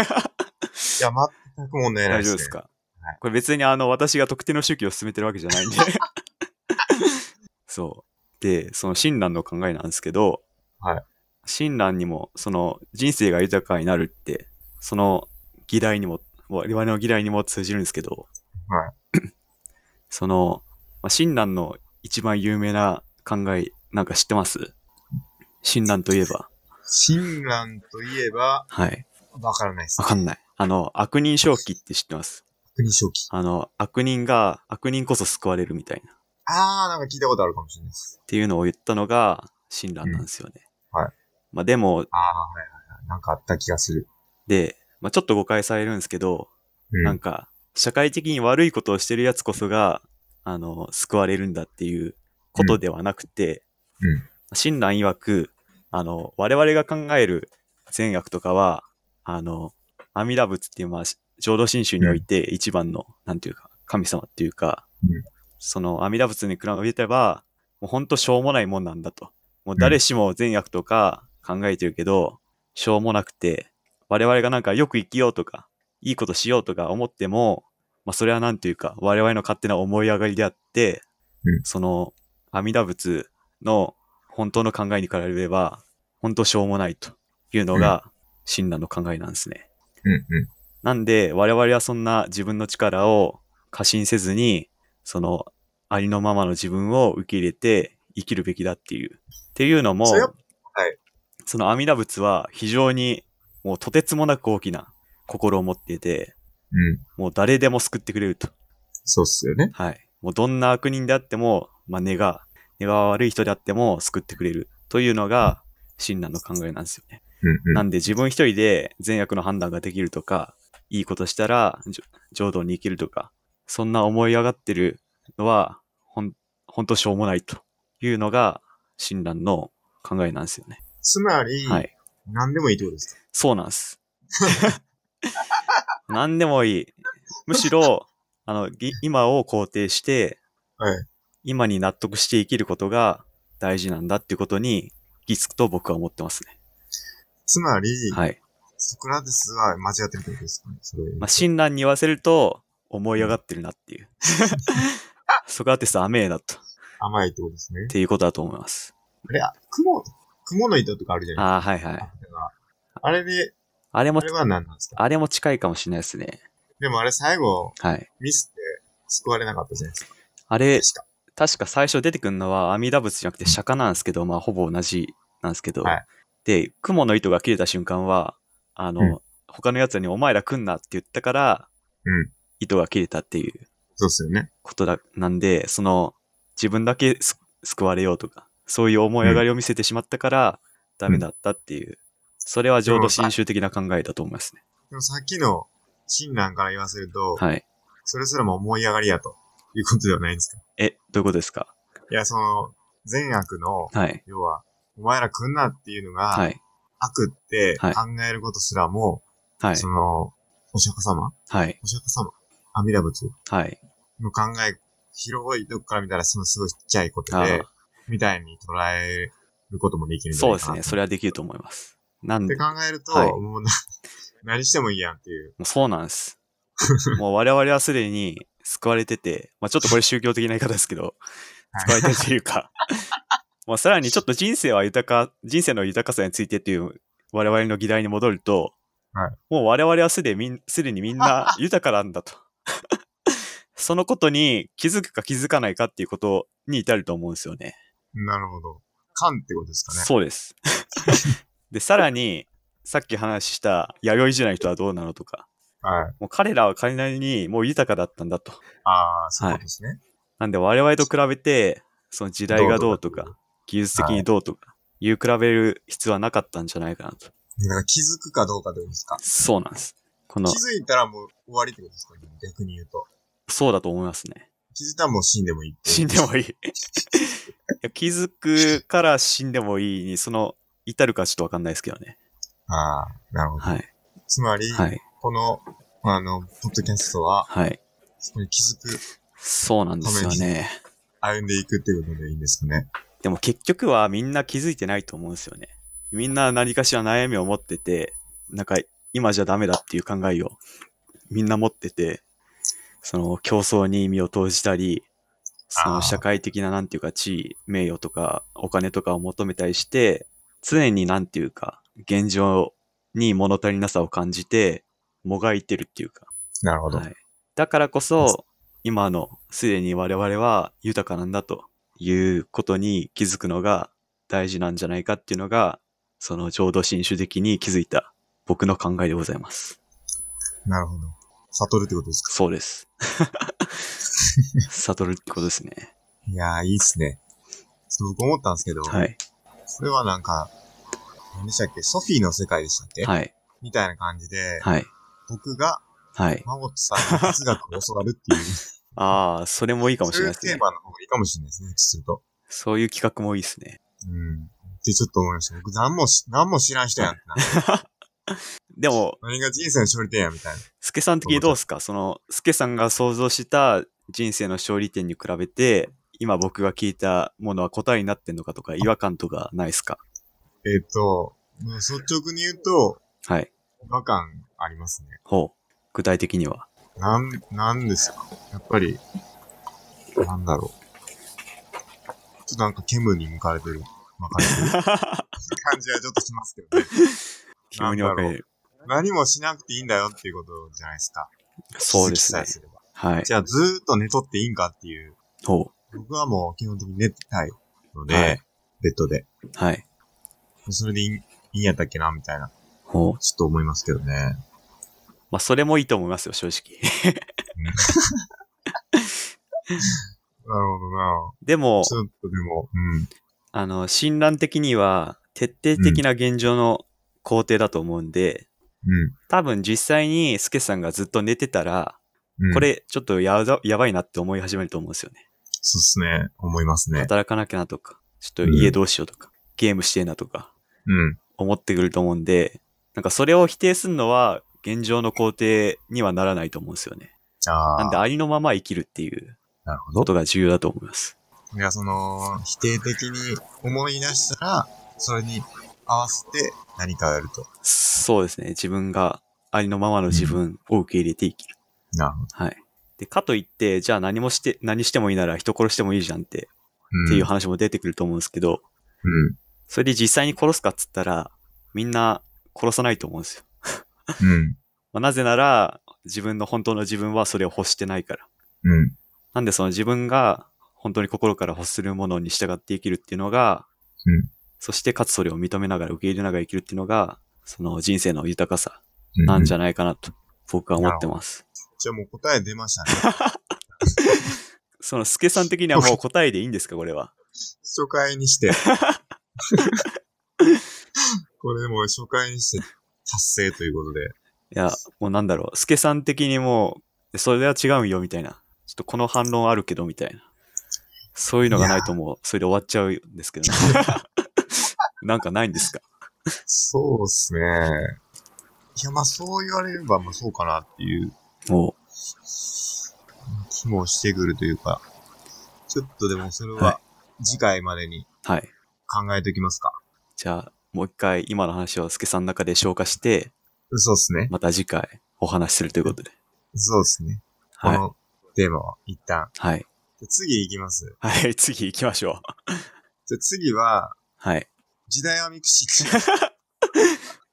[SPEAKER 1] や、全く問題ない
[SPEAKER 2] 大
[SPEAKER 1] です、ね。
[SPEAKER 2] 丈夫ですか、
[SPEAKER 1] はい
[SPEAKER 2] これ別にあの、私が特定の宗教を進めてるわけじゃ
[SPEAKER 1] *laughs*
[SPEAKER 2] ないんで。そう。で、その親鸞の考えなんですけど、
[SPEAKER 1] はい
[SPEAKER 2] 親鸞にも、その人生が豊かになるって、その議題にも、我々の議題にも通じるんですけど、
[SPEAKER 1] はい
[SPEAKER 2] *clears throat* その、まあ、親鸞の一番有名な考え、なんか知ってます親鸞といえば。
[SPEAKER 1] 親鸞といえば、
[SPEAKER 2] はい。
[SPEAKER 1] わからないです
[SPEAKER 2] わ。かんない。あの、悪人正気って知ってます
[SPEAKER 1] 国正気。
[SPEAKER 2] あの、悪人が、悪人こそ救われるみたいな。
[SPEAKER 1] あー、なんか聞いたことあるかもしれないです。
[SPEAKER 2] っていうのを言ったのが、親鸞なんですよね。
[SPEAKER 1] うんはい。
[SPEAKER 2] まあでも、
[SPEAKER 1] あー、はいはいはい。なんかあった気がする。
[SPEAKER 2] で、まあちょっと誤解されるんですけど、
[SPEAKER 1] うん。
[SPEAKER 2] なんか、社会的に悪いことをしてるやつこそが、あの、救われるんだっていうことではなくて、
[SPEAKER 1] うんうん
[SPEAKER 2] 親鸞曰く、あの、我々が考える善悪とかは、あの、阿弥陀仏っていう、まあ、し浄土真宗において一番の、なんていうか、神様っていうか、
[SPEAKER 1] うん
[SPEAKER 2] その阿弥陀仏に比べてば、もうほんとしょうもないもんなんだと。もう誰しも善悪とか考えてるけど、しょうもなくて、我々がなんかよく生きようとか、いいことしようとか思っても、まあ、それはなんていうか、我々の勝手な思い上がりであって、
[SPEAKER 1] うん
[SPEAKER 2] その、阿弥陀仏の本当の考えに比べれば、本当しょうもないというのが、親鸞の考えなんですね。
[SPEAKER 1] うんうん。
[SPEAKER 2] なんで、我々はそんな自分の力を過信せずに、その、ありのままの自分を受け入れて生きるべきだっていう。っていうのも、
[SPEAKER 1] それははい
[SPEAKER 2] その阿弥陀仏は非常にもうとてつもなく大きな心を持っていて、
[SPEAKER 1] うん。
[SPEAKER 2] もう誰でも救ってくれると。
[SPEAKER 1] そうっすよね。
[SPEAKER 2] はい。もうどんな悪人であっても、まあ、根が、根が悪い人であっても救ってくれるというのが、親鸞の考えなんですよね。
[SPEAKER 1] うんうん。
[SPEAKER 2] なんで自分一人で善悪の判断ができるとか、いいことしたらじょ浄土に生きるとか、そんな思い上がってるのは、ほん、ほんとしょうもないというのが、親鸞の考えなんですよね。
[SPEAKER 1] つまり、
[SPEAKER 2] はい。
[SPEAKER 1] 何でもいいってことですか
[SPEAKER 2] そうなんです。 *laughs* 何でもいい。むしろ、あの、ぎ今を肯定して、
[SPEAKER 1] はい。
[SPEAKER 2] 今に納得して生きることが大事なんだっていうことに気づくと僕は思ってますね。
[SPEAKER 1] つまり、
[SPEAKER 2] はい。
[SPEAKER 1] ソクラテスは間違ってるってことですかねそれ。
[SPEAKER 2] まあ、親鸞に言わせると、思い上がってるなって
[SPEAKER 1] *laughs*
[SPEAKER 2] いう。ソクラテスは甘えなと。っ
[SPEAKER 1] 甘いってことですね。
[SPEAKER 2] ていうことだと思います。
[SPEAKER 1] あれ、あ雲、雲の糸とかあるじゃない
[SPEAKER 2] ああ、はいはい。
[SPEAKER 1] ですか。あれで、
[SPEAKER 2] あれ
[SPEAKER 1] あ
[SPEAKER 2] も
[SPEAKER 1] れ、は何なんですか
[SPEAKER 2] あれも近いかもしれないですね。
[SPEAKER 1] でもあれ最後、
[SPEAKER 2] はい。
[SPEAKER 1] ミスって救われなかったじゃないですか。
[SPEAKER 2] あれ、
[SPEAKER 1] 確か。
[SPEAKER 2] 確か最初出てくるのは阿弥陀仏じゃなくて釈迦なんですけど、まあほぼ同じなんですけど、
[SPEAKER 1] はい
[SPEAKER 2] で、雲の糸が切れた瞬間は、あの、
[SPEAKER 1] うん
[SPEAKER 2] 他の奴らにお前ら来んなって言ったから、
[SPEAKER 1] うん
[SPEAKER 2] 糸が切れたっていう
[SPEAKER 1] そうっすよね。
[SPEAKER 2] ことだ、なんで、その、自分だけす救われようとか、そういう思い上がりを見せてしまったから、ダメだったっていう、それは浄土真宗的な考えだと思いますね。
[SPEAKER 1] でもさっきの親鸞から言わせると、
[SPEAKER 2] はい。
[SPEAKER 1] それすらも思い上がりやということではないんですか
[SPEAKER 2] え、どういうことですか
[SPEAKER 1] いや、その、善悪の、
[SPEAKER 2] はい。
[SPEAKER 1] 要は、お前ら来んなっていうのが、
[SPEAKER 2] はい。
[SPEAKER 1] 悪って
[SPEAKER 2] はい
[SPEAKER 1] 考えることすらも、
[SPEAKER 2] はい。
[SPEAKER 1] その、お釈迦様
[SPEAKER 2] はい。
[SPEAKER 1] お釈迦様阿弥陀仏
[SPEAKER 2] はい。
[SPEAKER 1] の考え、広いとこから見たら、そのすごいちっちゃいこと
[SPEAKER 2] あ
[SPEAKER 1] で
[SPEAKER 2] ー、
[SPEAKER 1] みたいに捉えることもできるんじゃ
[SPEAKER 2] そう
[SPEAKER 1] ない
[SPEAKER 2] です
[SPEAKER 1] かな
[SPEAKER 2] ね。それはできると思います。なん
[SPEAKER 1] って
[SPEAKER 2] で、
[SPEAKER 1] 考えると、
[SPEAKER 2] はい
[SPEAKER 1] もうな、 *laughs* 何してもいいやんっていう。
[SPEAKER 2] もうそうなん
[SPEAKER 1] *laughs*
[SPEAKER 2] です。もう我々はすでに救われてて、まあちょっとこれ宗教的な言い方ですけど、
[SPEAKER 1] はい
[SPEAKER 2] 救われてるとい
[SPEAKER 1] *laughs*
[SPEAKER 2] うか、まあさらにちょっと人生は豊か、人生の豊かさについてっていう我々の議題に戻ると、
[SPEAKER 1] はい
[SPEAKER 2] もう我々はすでみんすでにみん
[SPEAKER 1] *laughs*
[SPEAKER 2] な豊かなんだと。 *laughs* そのことに気づくか気づかないかっていうことに至ると思うんですよね。
[SPEAKER 1] なるほど。感ってことですかね。
[SPEAKER 2] そ
[SPEAKER 1] *laughs*
[SPEAKER 2] うです。で、さらに、さっき話した弥生時代の人はどうなのとか、
[SPEAKER 1] はい。
[SPEAKER 2] もう彼らは彼なりにもう豊かだったんだと。
[SPEAKER 1] ああ、そういうことですね。
[SPEAKER 2] なんで我々と比べて、その時代がどうとか、技術的にどうとか、いう比べる必要はなかったんじゃないかなと。
[SPEAKER 1] だから気づくかどうかってことですか。
[SPEAKER 2] そうなんです。この
[SPEAKER 1] 気、づいたらもう終わりってことですかね。逆に言うと。
[SPEAKER 2] そうだと思いますね。
[SPEAKER 1] 気づいたらもう死んでもいいって
[SPEAKER 2] 死んでもいい。 *laughs* いや気づくから死んでもいいに、その、至るかちょっとわかんないですけどね。
[SPEAKER 1] ああ、なるほど。
[SPEAKER 2] はい。
[SPEAKER 1] つまり、
[SPEAKER 2] はい。
[SPEAKER 1] この、あの、ポッドキャストは、
[SPEAKER 2] はい。
[SPEAKER 1] そこに気づく、
[SPEAKER 2] そうなんですよね。
[SPEAKER 1] 歩んでいくっていうことでいいんですかね。
[SPEAKER 2] でも結局はみんな気づいてないと思うんですよね。みんな何かしら悩みを持ってて、なんか今じゃダメだっていう考えをみんな持ってて、その競争に意味を投じたり、そ
[SPEAKER 1] あー
[SPEAKER 2] の社会的ななんていうか地位、名誉とかお金とかを求めたりして、常になんていうか現状に物足りなさを感じて、もがいてるっていうか。
[SPEAKER 1] なるほど。
[SPEAKER 2] はい、だからこそ、今のすでに我々は豊かなんだということに気づくのが大事なんじゃないかっていうのが、その浄土真宗的に気づいた僕の考えでございます。
[SPEAKER 1] なるほど。悟るってことですか。
[SPEAKER 2] そう
[SPEAKER 1] *laughs*
[SPEAKER 2] です。悟るってことですね。
[SPEAKER 1] いやー、いいっすね。そう僕思ったんですけど、
[SPEAKER 2] はい。
[SPEAKER 1] これはなんか、何でしたっけソフィーの世界でしたっけ、
[SPEAKER 2] はい。
[SPEAKER 1] みたいな感じで、
[SPEAKER 2] はい。
[SPEAKER 1] 僕が、
[SPEAKER 2] はい。
[SPEAKER 1] マゴットさんに哲学を教わるっていう、
[SPEAKER 2] ああ、それも *laughs* いいかもし
[SPEAKER 1] そういう
[SPEAKER 2] れないです
[SPEAKER 1] テー
[SPEAKER 2] ね。
[SPEAKER 1] マの方がいいかもしれないですね、ひょっとすると。
[SPEAKER 2] そういう企画もいいですね。
[SPEAKER 1] うん。ってちょっと思いました。僕、何もし、何も知らん人やんってな。
[SPEAKER 2] *laughs* でも、
[SPEAKER 1] 何が人生の勝利点や、みたいな。
[SPEAKER 2] スケさん的にどうですかその、スケさんが想像した人生の勝利点に比べて、今僕が聞いたものは答えになってんのかとか、違和感とかないですか
[SPEAKER 1] えっ、と、もう率直に言うと、
[SPEAKER 2] はい。
[SPEAKER 1] 違和感ありますね。
[SPEAKER 2] ほう。具体的に *laughs* は。
[SPEAKER 1] なん、なんですかやっぱり、なんだろう。ちょっとなんか煙に向かれてる。まかれてる感じはちょっとしますけど
[SPEAKER 2] *laughs*
[SPEAKER 1] ね。
[SPEAKER 2] 急に分かれる。
[SPEAKER 1] 何もしなくていいんだよっていうことじゃないですか。
[SPEAKER 2] そうですね
[SPEAKER 1] 気づき。さえれば
[SPEAKER 2] はい。
[SPEAKER 1] *laughs* じゃあずーっと寝とっていいんかっていう。
[SPEAKER 2] ほ
[SPEAKER 1] 僕はもう基本的に寝てたいので、
[SPEAKER 2] はい
[SPEAKER 1] ベッドで。
[SPEAKER 2] う。はい。
[SPEAKER 1] それでいいいいんやったっけなみたいな。
[SPEAKER 2] ほう。
[SPEAKER 1] ちょっと思いますけどね。
[SPEAKER 2] まあ、それもいいと思いますよ、正直。 *laughs*
[SPEAKER 1] なるほどな
[SPEAKER 2] でも、
[SPEAKER 1] ちょっとでも、うん。
[SPEAKER 2] あの、診断的には、徹底的な現状の工程だと思うんで、
[SPEAKER 1] うん
[SPEAKER 2] 多分実際にスケさんがずっと寝てたら、
[SPEAKER 1] うん。
[SPEAKER 2] これちょっとやだやばいなって思い始めると思うんですよね。
[SPEAKER 1] そうっすね。思いますね。
[SPEAKER 2] 働かなきゃなとか、ちょっと家どうしようとか、ゲームしてえなとか、
[SPEAKER 1] うん。
[SPEAKER 2] 思ってくると思うんで、なんかそれを否定するのは、現状の工程にはならないと思うんですよね。
[SPEAKER 1] じゃあ
[SPEAKER 2] なんで、ありのまま生きるっていう
[SPEAKER 1] なるほ
[SPEAKER 2] こ
[SPEAKER 1] ど。
[SPEAKER 2] とが重要だと思います。
[SPEAKER 1] いや、その、否定的に思い出したら、それに合わせて何かをやると。
[SPEAKER 2] そうですね。自分が、ありのままの自分を受け入れて生きる。
[SPEAKER 1] なるほど。
[SPEAKER 2] はい。で、かといって、じゃあ何もして、何してもいいなら人殺してもいいじゃんって、
[SPEAKER 1] うん、
[SPEAKER 2] っていう話も出てくると思うんですけど、それで実際に殺すかっつったら、みんな殺さないと思うんですよ。
[SPEAKER 1] うん。うん。
[SPEAKER 2] まあ、なぜなら、自分の本当の自分はそれを欲してないから。
[SPEAKER 1] うん。
[SPEAKER 2] なんでその自分が本当に心から欲するものに従って生きるっていうのが、
[SPEAKER 1] うん
[SPEAKER 2] そしてかつそれを認めながら受け入れながら生きるっていうのが、その人生の豊かさ
[SPEAKER 1] う
[SPEAKER 2] なんじ
[SPEAKER 1] ゃ。
[SPEAKER 2] ゃないかなと僕は思ってます。
[SPEAKER 1] じゃあもう答え出ましたね。
[SPEAKER 2] その助さん的にはもう答えでいいんですかこれは。
[SPEAKER 1] 初回にして。 *laughs* これもう初回にして達成ということで。
[SPEAKER 2] いや、もうなんだろう。助さん的にもう、それは違うよみたいな。ちょっとこの反論あるけどみたいな。そういうのがないともう、それで終わっちゃうんですけどね。なんかないんですか
[SPEAKER 1] そうっすね。いや、まあそう言われれば、まあそうかなっていう
[SPEAKER 2] も
[SPEAKER 1] 気もしてくるというか。ちょっとでもそれ
[SPEAKER 2] は
[SPEAKER 1] は次回までに
[SPEAKER 2] う、はい。
[SPEAKER 1] 考えておきますか。
[SPEAKER 2] じゃあ、もう一回今の話を助さんの中で消化して、
[SPEAKER 1] そうですね。
[SPEAKER 2] また次回お話しするということで。
[SPEAKER 1] そうですね。こ
[SPEAKER 2] はい。
[SPEAKER 1] のテーマは一旦。
[SPEAKER 2] はい。
[SPEAKER 1] で次行きます。
[SPEAKER 2] はい、次行きましょう。
[SPEAKER 1] じゃあ次は、
[SPEAKER 2] はい。
[SPEAKER 1] 時代はミクシー。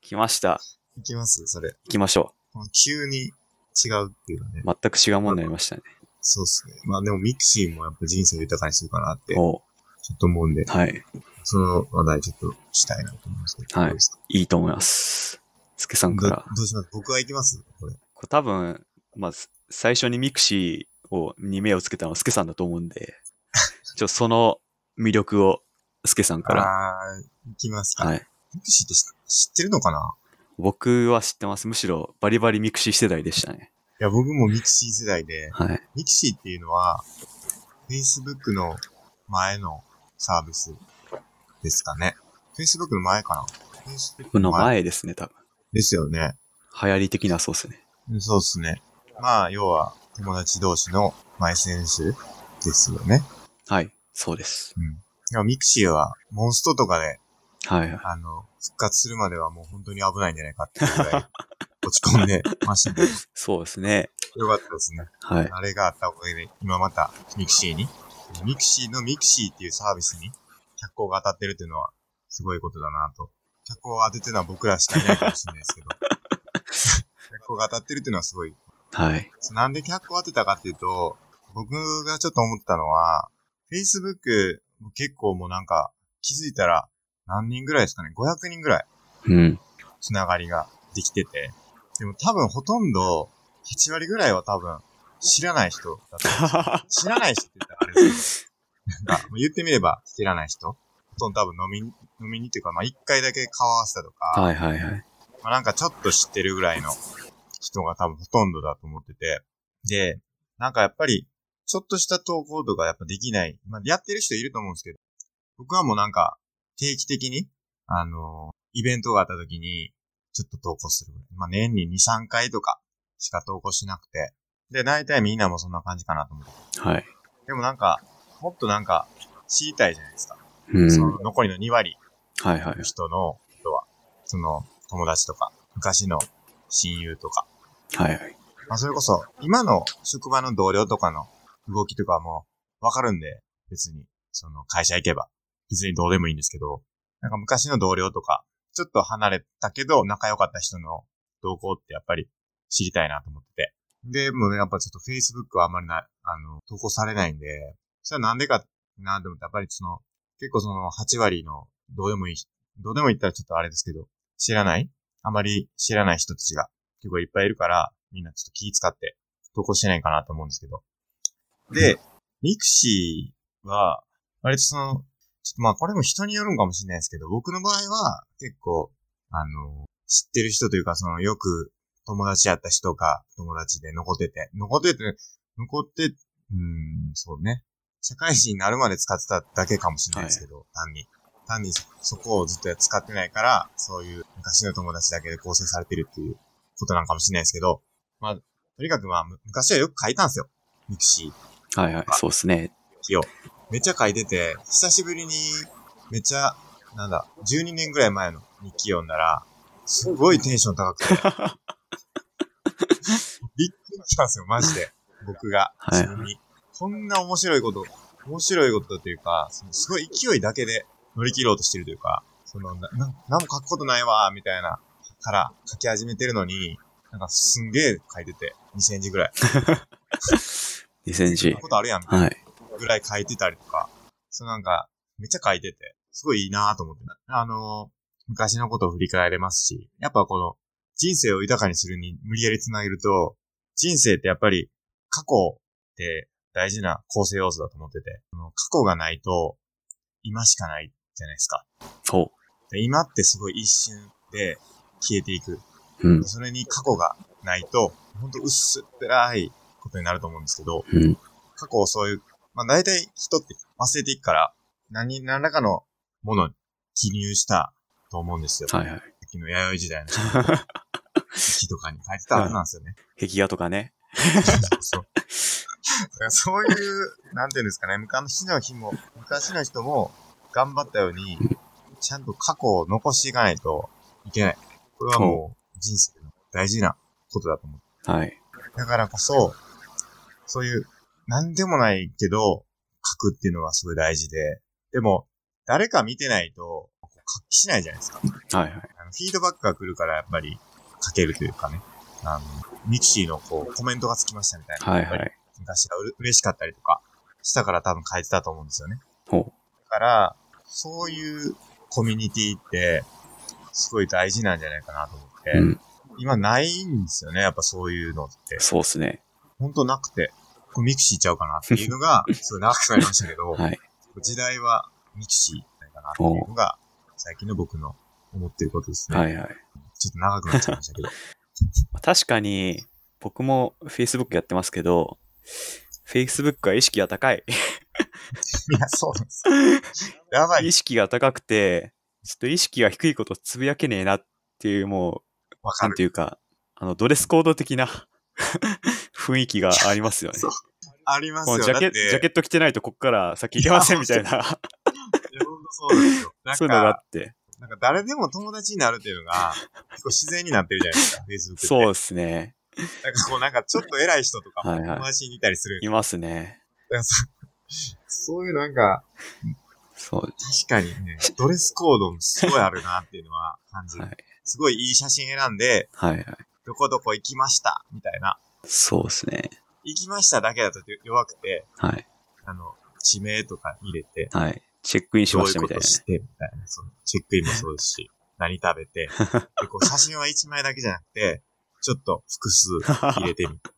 [SPEAKER 2] 来ました。
[SPEAKER 1] 行きますそれ。
[SPEAKER 2] 行きましょ
[SPEAKER 1] この急に違うっていうのはね
[SPEAKER 2] う。。全く違うものになりましたね。
[SPEAKER 1] そうですね。まあでもミクシーもやっぱ人生を豊かにするかなって、ちょ
[SPEAKER 2] おう
[SPEAKER 1] っと思うんで、
[SPEAKER 2] はい。
[SPEAKER 1] その話題ちょっとしたいなと思いますけど。
[SPEAKER 2] はい
[SPEAKER 1] どうですか
[SPEAKER 2] いいと思います。スケさん
[SPEAKER 1] ど
[SPEAKER 2] から。
[SPEAKER 1] どうします僕は行きますこれ。
[SPEAKER 2] これ多分、まあ、す最初にミクシーを、に目をつけたのはスケさんだと思うん *laughs* で、ちょ、その魅力をスケさんから。
[SPEAKER 1] あー、行きますか。
[SPEAKER 2] はい。
[SPEAKER 1] ミクシーって知知ってるのかな
[SPEAKER 2] 僕は知ってます。むしろバリバリミクシー世代でしたね。
[SPEAKER 1] いや、僕もミクシー世代で、
[SPEAKER 2] はい。
[SPEAKER 1] ミクシーっていうのは、Facebook の前のサービスですかね。Facebook の前かな ?Facebook
[SPEAKER 2] この前ですね、多分。
[SPEAKER 1] ですよね。
[SPEAKER 2] 流行り的なそうですね。
[SPEAKER 1] うんそうですね。まあ、要は、友達同士の、まあ、SNS ですよね。
[SPEAKER 2] はい。そうです。
[SPEAKER 1] うん。でもミクシーは、モンストとかで、
[SPEAKER 2] はいはい。
[SPEAKER 1] あの、復活するまではもう本当に危ないんじゃないかっていうぐらい、落ち込んでましたけど、
[SPEAKER 2] そうですね。
[SPEAKER 1] よかったですね。
[SPEAKER 2] はい。
[SPEAKER 1] あれがあったおかげで、今またミクシーに、ミクシーのミクシーっていうサービスに脚光が当たってるっていうのは、すごいことだなと。脚光を当ててるのは僕らしかいないかもしれないですけど、脚光が当たってるっていうのはすごい。
[SPEAKER 2] はい。
[SPEAKER 1] なんで脚光を当てたかっていうと、僕がちょっと思ったのは、Facebook も結構もうなんか気づいたら何人ぐらいですかね ?500 人ぐらい
[SPEAKER 2] *laughs* うん。
[SPEAKER 1] つながりができてて。でも多分ほとんど、8割ぐらいは多分知らない人だと知らない人って言ったらあれですけど、なんか、言ってみれば知らない人。ほとんど多分飲みに、飲みにっていうか、まあ一回だけ顔合わせたとか、
[SPEAKER 2] はいはいはい。
[SPEAKER 1] まあなんかちょっと知ってるぐらいの人が多分ほとんどだと思ってて、で、なんかやっぱり、ちょっとした投稿とかやっぱできない、まあやってる人いると思うんですけど、僕はもうなんか、定期的に、あのイベントがあった時に、ちょっと投稿するぐらい。まあ年に2、3回とかしか投稿しなくて、で、大体みんなもそんな感じかなと思って
[SPEAKER 2] はい。
[SPEAKER 1] でもなんか、もっとなんか、知りたいじゃないですか。
[SPEAKER 2] うん。
[SPEAKER 1] その残りの2割
[SPEAKER 2] はいはい
[SPEAKER 1] の。人の、人は、その、友達とか、昔の親友とか、
[SPEAKER 2] はいはい。
[SPEAKER 1] まあそれこそ、今の職場の同僚とかの動きとかもわかるんで、別に、その会社行けば、別にどうでもいいんですけど、なんか昔の同僚とか、ちょっと離れたけど仲良かった人の動向ってやっぱり知りたいなと思ってて。で、もうね、やっぱちょっと Facebook はあんまりな、あの、投稿されないんで、それはなんでかなと思って、やっぱりその、結構その8割のどうでもいい、どうでもいいったらちょっとあれですけど、知らないあまり知らない人たちが結構いっぱいいるから、みんなちょっと気使って投稿してないかなと思うんですけど。で、ミクシーは、割とその、ちょっとまあこれも人によるんかもしれないですけど、僕の場合は結構、あの、知ってる人というか、そのよく友達やった人が友達で残ってて、残ってて、残って、うーん、そうね。社会人になるまで使ってただけかもしれないですけど、単に。単にそこをずっと使ってないから、そういう昔の友達だけで構成されてるっていうことなんかもしれないですけど、まあ、とにかくまあ、む昔はよく書いたんですよ。ミクシー。
[SPEAKER 2] はいはい。そうですね。
[SPEAKER 1] めっちゃ書いてて、久しぶりに、めっちゃ、なんだ、12年ぐらい前の日記読んだら、すごいテンション高
[SPEAKER 2] *laughs*
[SPEAKER 1] くて。びっくりしたんですよ、マジで。僕が、
[SPEAKER 2] はい
[SPEAKER 1] 自分に。こんな面白いこと、面白いことというか、そのすごい勢いだけで乗り切ろうとしてるというか、その、な、ななんも書くことないわー、みたいな、から書き始めてるのに、なんかすんげえ書いてて、2センチぐらい。
[SPEAKER 2] 2000
[SPEAKER 1] そん
[SPEAKER 2] 字
[SPEAKER 1] な。ことあるやん、みたいな
[SPEAKER 2] はい。
[SPEAKER 1] ぐらい書いてたりとか、そうなんか、めっちゃ書いてて、すごいいいなと思って、あのー昔のことを振り返れますし、やっぱこの、人生を豊かにするに無理やりつなげると、人生ってやっぱり過去って大事な構成要素だと思ってて、その過去がないと、今しかないじゃないですか。
[SPEAKER 2] ほ
[SPEAKER 1] で今ってすごい一瞬で消えていく。
[SPEAKER 2] う。うん。
[SPEAKER 1] それに過去がないと、ほんと薄っぺらいことになると思うんですけど、
[SPEAKER 2] うん。
[SPEAKER 1] 過去をそういう、まあ大体人って忘れていくから、何、何らかのものに記入したと思うんですよ。
[SPEAKER 2] はいはい。
[SPEAKER 1] さっきの弥生時代の人
[SPEAKER 2] *laughs*
[SPEAKER 1] 日記とかに書いてたはずなんですよね。
[SPEAKER 2] 壁画とかね。
[SPEAKER 1] そう。だからそういう、なんていうんですかね、昔の日も、昔の人も頑張ったように、ちゃんと過去を残していかないといけない。これはもう人生の大事なことだと思
[SPEAKER 2] はい。
[SPEAKER 1] う。だからこそ、そういう、なんでもないけど、書くっていうのがすごい大事で、でも、誰か見てないと、書きしないじゃないですか。
[SPEAKER 2] はいはい。
[SPEAKER 1] あのフィードバックが来るから、やっぱり書けるというかね。あの、ミキシーのこう、コメントがつきましたみたいな。
[SPEAKER 2] はい
[SPEAKER 1] やっぱ
[SPEAKER 2] は
[SPEAKER 1] り
[SPEAKER 2] い。
[SPEAKER 1] 昔がうれ嬉しかったりとか、したから多分書いてたと思うんですよね。
[SPEAKER 2] ほ
[SPEAKER 1] だから、そういうコミュニティって、すごい大事なんじゃないかなと思って、
[SPEAKER 2] う。うん。
[SPEAKER 1] 今ないんですよね、やっぱそういうのって。
[SPEAKER 2] そうっすね。
[SPEAKER 1] ほんとなくて、これミクシーちゃうかなっていうの
[SPEAKER 2] *laughs*
[SPEAKER 1] が、すごい長くなりましたけど、
[SPEAKER 2] はい。
[SPEAKER 1] 時代はミクシーじゃないかなっていうのが、最近の僕の思ってることですね。
[SPEAKER 2] はいはい。
[SPEAKER 1] ちょっと長くなっちゃいました
[SPEAKER 2] *laughs*
[SPEAKER 1] けど。
[SPEAKER 2] 確かに、僕も Facebook やってますけど、Facebook は意識が高い。
[SPEAKER 1] いや、そうなんです。やばい
[SPEAKER 2] 意。識が高くて、ちょっと意識が低いことつぶやけねえなっていう、も
[SPEAKER 1] わ
[SPEAKER 2] う、
[SPEAKER 1] か
[SPEAKER 2] なん
[SPEAKER 1] る。
[SPEAKER 2] *laughs* ていうか、あの、ドレスコード的な *laughs* 雰囲気がありますよね。
[SPEAKER 1] そうあります
[SPEAKER 2] も
[SPEAKER 1] よ。
[SPEAKER 2] う
[SPEAKER 1] だ
[SPEAKER 2] ジャケ
[SPEAKER 1] って
[SPEAKER 2] ジャケット着てないとこっから先行けませんみたいな、
[SPEAKER 1] いやほんとそうなんですよ。なん
[SPEAKER 2] そういうのがあ
[SPEAKER 1] か、
[SPEAKER 2] って。
[SPEAKER 1] なんか誰でも友達になるっていうの
[SPEAKER 2] *laughs*
[SPEAKER 1] が、結構自然になってるじゃないですか、Facebook って。
[SPEAKER 2] そうですね。
[SPEAKER 1] なんかこうなんかちょっと偉い人とかも
[SPEAKER 2] はいはい
[SPEAKER 1] 友達にいたりする。
[SPEAKER 2] いますね。
[SPEAKER 1] だからさそういうなんか、
[SPEAKER 2] そう。
[SPEAKER 1] 確かにね、ドレスコードもすごいあるなっていうのは感じる。
[SPEAKER 2] はい
[SPEAKER 1] すごいいい写真選んで、
[SPEAKER 2] はいはい。
[SPEAKER 1] どこどこ行きました、みたいな。
[SPEAKER 2] そうですね。
[SPEAKER 1] 行きましただけだと弱くて、
[SPEAKER 2] はい。
[SPEAKER 1] あの、地名とか入れて、
[SPEAKER 2] はい。チェックインし
[SPEAKER 1] ど
[SPEAKER 2] ま
[SPEAKER 1] うい
[SPEAKER 2] し
[SPEAKER 1] う
[SPEAKER 2] た
[SPEAKER 1] こ
[SPEAKER 2] みたい
[SPEAKER 1] と
[SPEAKER 2] な。
[SPEAKER 1] して、みたいな。そのチェックインもそうです
[SPEAKER 2] *laughs*
[SPEAKER 1] し、何食べて。でこう写真は1枚だけじゃなくて、ちょっと複数入れてみて。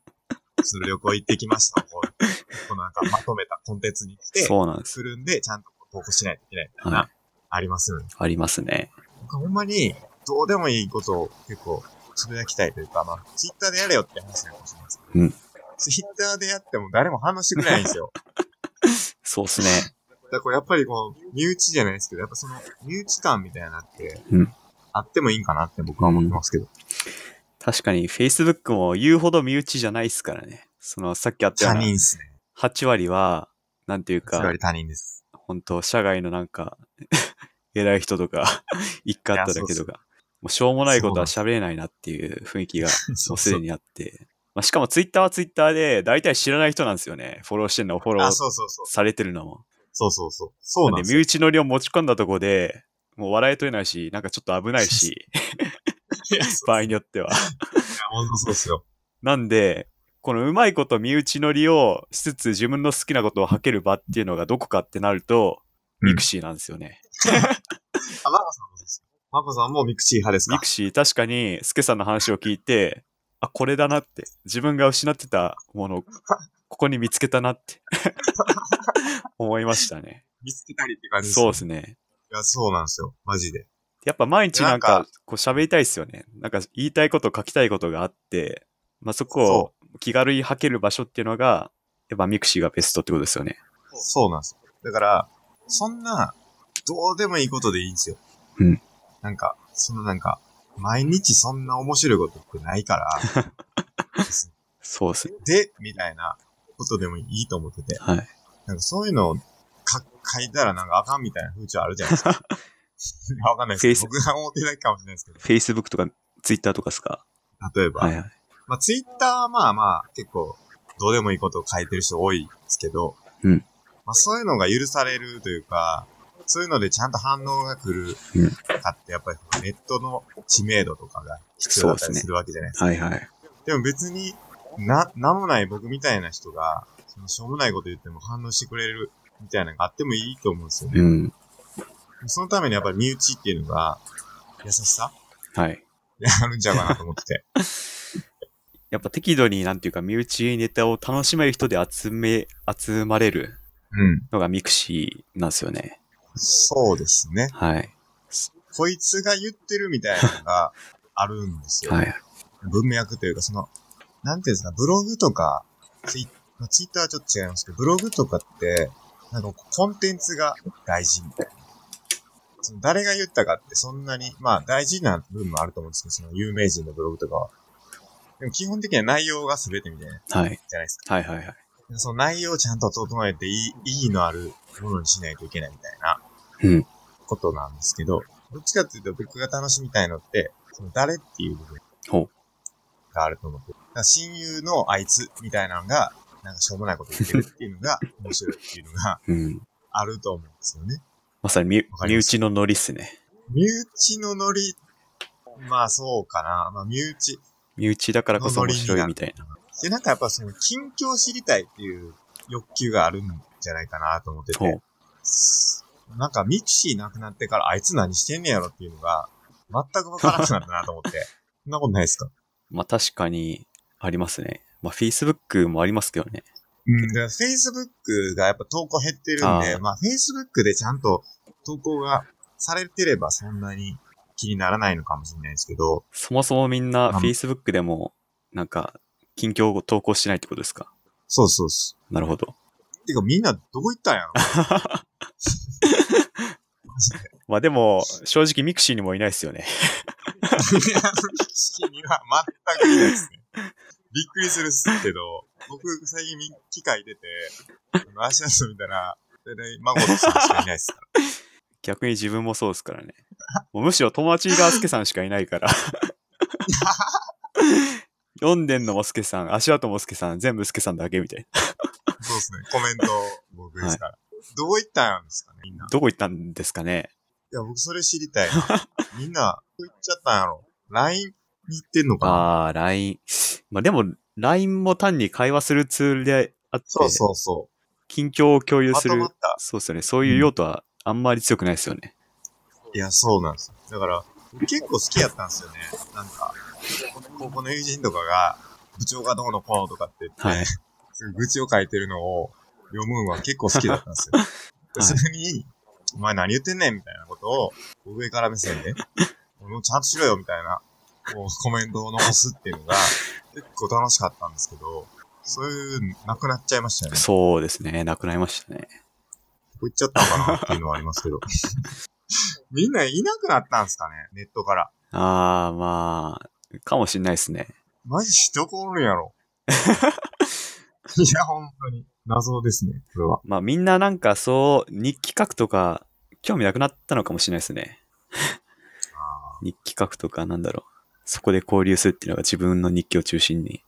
[SPEAKER 1] その旅行行ってきました。こう、このなんかまとめたコンテンツにして、
[SPEAKER 2] そうなんです。
[SPEAKER 1] するんで、ちゃんと投稿しないといけないみたいな、
[SPEAKER 2] はい
[SPEAKER 1] ありますよね。
[SPEAKER 2] ありますね。
[SPEAKER 1] 僕ほんまに、どうでもいいことを結構、つぶやきたいというか、まあ、ツイッターでやれよって話なのかもしれないですけど、
[SPEAKER 2] うん
[SPEAKER 1] ツイッターでやっても誰も反応してくれないんですよ。
[SPEAKER 2] そうですね。
[SPEAKER 1] だからこうやっぱりこう、身内じゃないですけど、やっぱその、身内感みたいなのって、
[SPEAKER 2] うん
[SPEAKER 1] あってもいいんかなって僕は思ってますけど。
[SPEAKER 2] 確かに Facebook も言うほど身内じゃないですからね。そのさっきあったよ
[SPEAKER 1] 他
[SPEAKER 2] うな
[SPEAKER 1] 人ですね。
[SPEAKER 2] 8割は、なんていう
[SPEAKER 1] つま
[SPEAKER 2] か
[SPEAKER 1] り、他人です。
[SPEAKER 2] 本当社外のなんか、 *laughs* 偉い人とか、 *laughs* 一家あっただけとか、もうしょうもないことは喋れないなっていう雰囲気がも
[SPEAKER 1] そう
[SPEAKER 2] すで
[SPEAKER 1] う。
[SPEAKER 2] にあって。まあ、しかもツイッターはツイッターで、大体知らない人なんですよね。フォローしてるのもフォロ
[SPEAKER 1] あ、
[SPEAKER 2] ー
[SPEAKER 1] そうそうそう。
[SPEAKER 2] されてるのも。
[SPEAKER 1] そうそうそう。そうなん
[SPEAKER 2] で
[SPEAKER 1] です
[SPEAKER 2] 身
[SPEAKER 1] よ。
[SPEAKER 2] 内の量持ち込んだとこで、もう笑い取れないし、なんかちょっと危ないし、
[SPEAKER 1] いや、そう
[SPEAKER 2] 場合によっては。
[SPEAKER 1] ほんとそうですよ。
[SPEAKER 2] なんで、このうまいこと身内乗りをしつつ自分の好きなことを吐ける場っていうのがどこかってなると、
[SPEAKER 1] うん
[SPEAKER 2] ミクシーなんですよね。
[SPEAKER 1] あ、マコさんもそうですよ。マコさんもミクチー派ですか
[SPEAKER 2] ミクシー確かに、スケさんの話を聞いて、あ、これだなって。自分が失ってたもの、ここに見つけたなって *laughs* 思いましたね。
[SPEAKER 1] 見つけたりって感じです
[SPEAKER 2] そう
[SPEAKER 1] よ
[SPEAKER 2] ですね。
[SPEAKER 1] いや、そうなんですよ。マジで。
[SPEAKER 2] やっぱ毎日なん
[SPEAKER 1] なん
[SPEAKER 2] かこう喋りたいですよね。なんか言いたいこと書きたいことがあって、まあ、そこ
[SPEAKER 1] そ
[SPEAKER 2] を気軽に吐ける場所っていうのが、やっぱミクシーがベストってことですよね。
[SPEAKER 1] そうなんですよ。だから、そんな、どうでもいいことでいいんですよ。
[SPEAKER 2] うん。
[SPEAKER 1] なんか、そのなんか、毎日そんな面白いことってないから、
[SPEAKER 2] そうですね。
[SPEAKER 1] で、みたいなことでもいいと思ってて、
[SPEAKER 2] はい。
[SPEAKER 1] なんかそういうのをか書いたらなんかあかんみたいな風潮あるじゃないです
[SPEAKER 2] *laughs*
[SPEAKER 1] か。いやわかんないです。
[SPEAKER 2] Facebook
[SPEAKER 1] 僕が思ってるだけかもしれないですけど。
[SPEAKER 2] Facebook とか Twitter とかですか
[SPEAKER 1] 例えば、
[SPEAKER 2] はいはい。
[SPEAKER 1] まあ、ツイッターはまあまあ、結構、どうでもいいことを書いてる人多いですけど、
[SPEAKER 2] うん
[SPEAKER 1] まあ、そういうのが許されるというか、そういうのでちゃんと反応が来る
[SPEAKER 2] うん
[SPEAKER 1] かって、やっぱりネットの知名度とかが必要だった
[SPEAKER 2] そう
[SPEAKER 1] り
[SPEAKER 2] ですね
[SPEAKER 1] するわけじゃないですか。
[SPEAKER 2] はいはい。
[SPEAKER 1] でも別にな、なんもない僕みたいな人が、そのしょうもないこと言っても反応してくれるみたいなのがあってもいいと思うんですよね。
[SPEAKER 2] うん。
[SPEAKER 1] そのためにやっぱり身内っていうのが、優しさ *laughs*
[SPEAKER 2] はい。
[SPEAKER 1] あるんちゃうかなと思ってて。
[SPEAKER 2] やっぱ適度になんていうか身内ネタを楽しめる人で集め、集まれる
[SPEAKER 1] うん。
[SPEAKER 2] のがミクシーなんですよね。
[SPEAKER 1] そうですね。
[SPEAKER 2] はい。
[SPEAKER 1] こいつが言ってるみたいなのがあるんですよ。
[SPEAKER 2] はい。
[SPEAKER 1] 文脈というか、その、なんていうんですか、ブログとか、ツイまあツイッターはちょっと違いますけど、ブログとかって、なんかコンテンツが大事みたいな。その誰が言ったかってそんなに、まあ大事な部分もあると思うんですけど、その有名人のブログとかは。でも基本的には内容が全てみたいな、
[SPEAKER 2] はい。
[SPEAKER 1] じゃないですか。
[SPEAKER 2] はいはいはい。
[SPEAKER 1] でその内容をちゃんと整えていい、意義のあるものにしないといけないみたいな。
[SPEAKER 2] うん。
[SPEAKER 1] ことなんですけど、どっちかっていうと僕が楽しみたいのって、その誰っていう部分。
[SPEAKER 2] ほう
[SPEAKER 1] があると思って。だから親友のあいつみたいなのが、なんかしょうもないこと言ってるっていう
[SPEAKER 2] *laughs*
[SPEAKER 1] のが面白いっていうのが
[SPEAKER 2] うん。
[SPEAKER 1] あると思うんですよね。
[SPEAKER 2] まさに身
[SPEAKER 1] わかり
[SPEAKER 2] 身
[SPEAKER 1] ます
[SPEAKER 2] 内のノリっすね。
[SPEAKER 1] 身内のノリ、まあそうかな。まあ身内。
[SPEAKER 2] 身内だからこそ面白いみたいな。
[SPEAKER 1] で、なんかやっぱその近況を知りたいっていう欲求があるんじゃないかなと思って
[SPEAKER 2] ほ
[SPEAKER 1] て
[SPEAKER 2] う。。
[SPEAKER 1] なんかミクシーなくなってからあいつ何してんねやろっていうのが全くわからなくなったなと思って。 *laughs* そんなことないですか
[SPEAKER 2] まあ確かにありますね。まあ Facebook もありますけどね。
[SPEAKER 1] うん。だから Facebook がやっぱ投稿減ってるんで、
[SPEAKER 2] あー
[SPEAKER 1] まあ Facebook でちゃんと投稿がされてればそんなに気にならないのかもしれないですけど、
[SPEAKER 2] そもそもみんな
[SPEAKER 1] うん
[SPEAKER 2] Facebook でもなんか近況を投稿してないってことですか
[SPEAKER 1] そうそうそ
[SPEAKER 2] なるほど。
[SPEAKER 1] う。てかみんなどこ行ったんやろマジで
[SPEAKER 2] まあでも正直ミクシーにもいないですよね。
[SPEAKER 1] いや、には全くいないですね。びっくりするっすけど、僕、最近機械出て、あの足遊びたら、大体、孫の人しかいないっすか
[SPEAKER 2] 逆に自分もそうですからね。 *laughs* もうむしろ友達がスケさんしかいな
[SPEAKER 1] *laughs*
[SPEAKER 2] いから。読んでんのもスケさん、足跡もスケさん、全部スケさんだけみたいな。
[SPEAKER 1] ら。そうですね、コメント、僕ですから。どういったんですかね、 *laughs* みんな。
[SPEAKER 2] どこ行ったんですかね
[SPEAKER 1] いや、僕それ知りたいな。みんな、どういっちゃったんやろ。LINE に行ってんのかな
[SPEAKER 2] ああ、LINE。まあでも、LINE も単に会話するツールであって、
[SPEAKER 1] そうそうそ
[SPEAKER 2] 近況を共
[SPEAKER 1] う。
[SPEAKER 2] 有
[SPEAKER 1] ますと
[SPEAKER 2] る。
[SPEAKER 1] まった。
[SPEAKER 2] そうですよね。そういう用途はあんまり強くないですよね。
[SPEAKER 1] いや、そうなんですよ。だから、僕結構好きやったんですよね。なんか、高校の友人とかが、部長がどうのこうのとかって言って、
[SPEAKER 2] はい。
[SPEAKER 1] 愚痴を書いてるのを読むのは結構好きだったんですよ。でそれに、お前何言ってんねんみたいなことを、上から目線で、俺もちゃんとしろよみたいな、こうコメントを残すっていうのが、結構楽しかったんですけど、そういう、なくなっちゃいましたよね。
[SPEAKER 2] そうですね。なくなりましたね。
[SPEAKER 1] こう言っちゃったのかなっていうのはありますけど。 *laughs* みんないなくなったんですかねネットから。
[SPEAKER 2] ああ、まあ、かもしんないですね。
[SPEAKER 1] マジ人こおるんやろ。いや、本当に。謎ですね、これは。
[SPEAKER 2] まあみんななんかそう、日記書くとか、興味なくなったのかもしれないですね。日記書くとか、なんだろう。そこで交流するっていうのが自分の日記を中心に。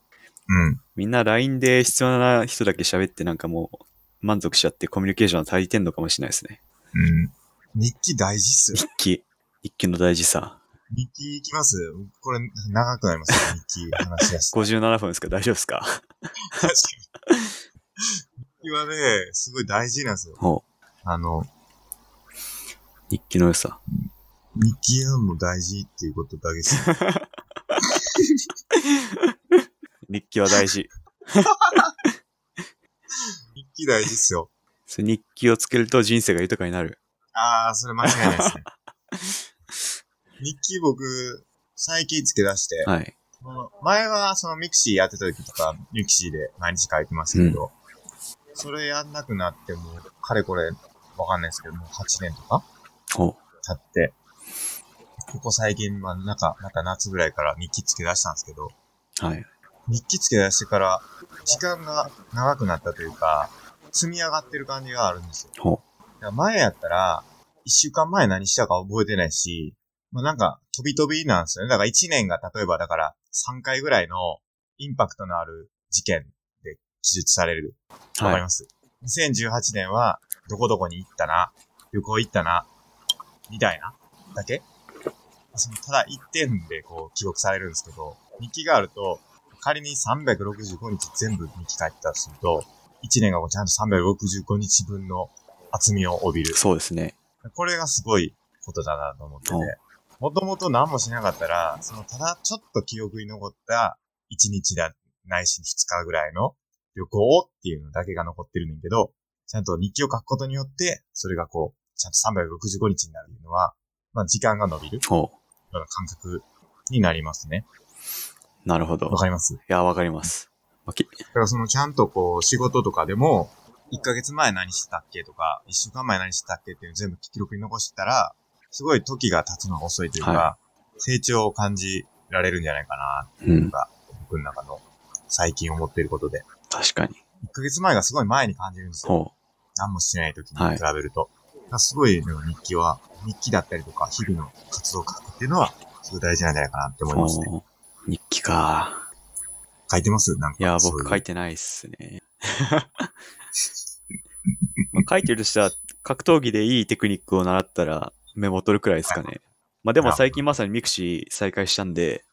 [SPEAKER 1] うん。
[SPEAKER 2] みんな LINE で必要な人だけ喋ってなんかもう満足しちゃってコミュニケーションは足りてんのかもしれないですね。
[SPEAKER 1] うん。日記大事っすよ。
[SPEAKER 2] 日記。日記の大事さ。
[SPEAKER 1] 日記いきますこれ、長くなりますよ、日記話し出
[SPEAKER 2] *laughs*
[SPEAKER 1] すと。
[SPEAKER 2] 57分ですか大丈夫ですか
[SPEAKER 1] 確かに。日記はね、すごい大事なんですよ。
[SPEAKER 2] ほ
[SPEAKER 1] あの、
[SPEAKER 2] う。日記の良さ。
[SPEAKER 1] 日記はもう大事っていうことだけです。
[SPEAKER 2] 日記は大事。
[SPEAKER 1] 日記大事っすよ。 *laughs*
[SPEAKER 2] それ日記をつけると人生が豊かになる。
[SPEAKER 1] あー、それ間違いないですね。
[SPEAKER 2] *laughs*
[SPEAKER 1] 日記僕、最近付け出して、
[SPEAKER 2] はい。
[SPEAKER 1] この前はそのミクシーやってた時とか、ミクシーで毎日書いてましたけど、それやんなくなっても、かれこれ、わかんないですけど、もう8年とか
[SPEAKER 2] ほ
[SPEAKER 1] 経って、ここ最近、まあ、なんか、また夏ぐらいから日記つけ出したんですけど、
[SPEAKER 2] う。はい。
[SPEAKER 1] 日記つけ出してから、時間が長くなったというか、積み上がってる感じがあるんですよ。
[SPEAKER 2] ほう。
[SPEAKER 1] だから前やったら、一週間前何したか覚えてないし、まあ、なんか、飛び飛びなんですよね。だから一年が例えばだから、3回ぐらいのインパクトのある事件で記述されるわか
[SPEAKER 2] は
[SPEAKER 1] り
[SPEAKER 2] い。
[SPEAKER 1] ます、?2018 年は、どこどこに行ったな、旅行行ったな、みたいな、だけそのただ1点でこう記録されるんですけど、日記があると、仮に365日全部日記書いてたとすると、1年がこうちゃんと365日分の厚みを帯びる。
[SPEAKER 2] そうですね。
[SPEAKER 1] これがすごいことだなと思ってて
[SPEAKER 2] うん、
[SPEAKER 1] もともと何もしなかったら、そのただちょっと記憶に残った1日だ、ないし2日ぐらいの旅行っていうのだけが残ってるねんけど、ちゃんと日記を書くことによって、それがこう、ちゃんと365日になるのは、まあ時間が伸びるよ
[SPEAKER 2] ほ
[SPEAKER 1] うな感覚になりますね。
[SPEAKER 2] う。なるほど。
[SPEAKER 1] わかります
[SPEAKER 2] いや、わかります。まあき
[SPEAKER 1] だからそのちゃんとこう仕事とかでも、1ヶ月前何してたっけとか、1週間前何してたっけっていうの全部記録に残してたら、すごい時が経つのが遅いというか、
[SPEAKER 2] は
[SPEAKER 1] 成長を感じられるんじゃないかな、
[SPEAKER 2] うん。
[SPEAKER 1] 僕の中の最近思っていることで。
[SPEAKER 2] 確かに。
[SPEAKER 1] 1ヶ月前がすごい前に感じるんですよ。
[SPEAKER 2] ほ
[SPEAKER 1] 何もしてない時に
[SPEAKER 2] はい
[SPEAKER 1] 比べると。だからすごいでも日記は、日記だったりとか、日々の活動を書くっていうのは、すごい大事なんじゃないかなって
[SPEAKER 2] う。
[SPEAKER 1] 思いますね。
[SPEAKER 2] ほう。日記か。
[SPEAKER 1] 書いてますなんか。
[SPEAKER 2] いや、
[SPEAKER 1] そういう
[SPEAKER 2] 僕書いてないっすね。 *laughs* まあ書いてるとしたら、格闘技でいいテクニックを習ったらメモ取るくらいですかね。まあでも最近まさにミクシー再開したんで、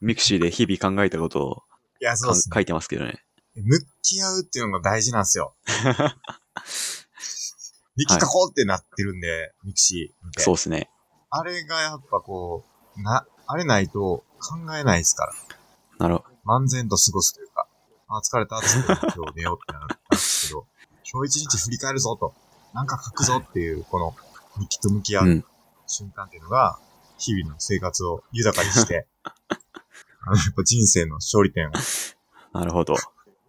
[SPEAKER 2] ミクシーで日々考えたことを
[SPEAKER 1] いや、そう
[SPEAKER 2] か
[SPEAKER 1] っ
[SPEAKER 2] ん
[SPEAKER 1] すね。
[SPEAKER 2] 書いてますけどね。
[SPEAKER 1] 向き合うっていうのが大事なんです
[SPEAKER 2] *laughs*
[SPEAKER 1] よ。ミキ書こうってなってるんで、ミキシー見て
[SPEAKER 2] そうですね。
[SPEAKER 1] あれがやっぱこう、な、あれないと考えないですから。
[SPEAKER 2] なるほど。
[SPEAKER 1] 漫然と過ごすというか、あー疲れたっつって今日寝ようってなったんです
[SPEAKER 2] *laughs*
[SPEAKER 1] けど、今日一日振り返るぞと、なんか書くぞっていう、この、ミキと向き合
[SPEAKER 2] うん
[SPEAKER 1] う瞬間っていうのが、日々の生活を豊かに
[SPEAKER 2] *laughs*
[SPEAKER 1] して、あの、やっぱ人生の勝利点を
[SPEAKER 2] なるほど。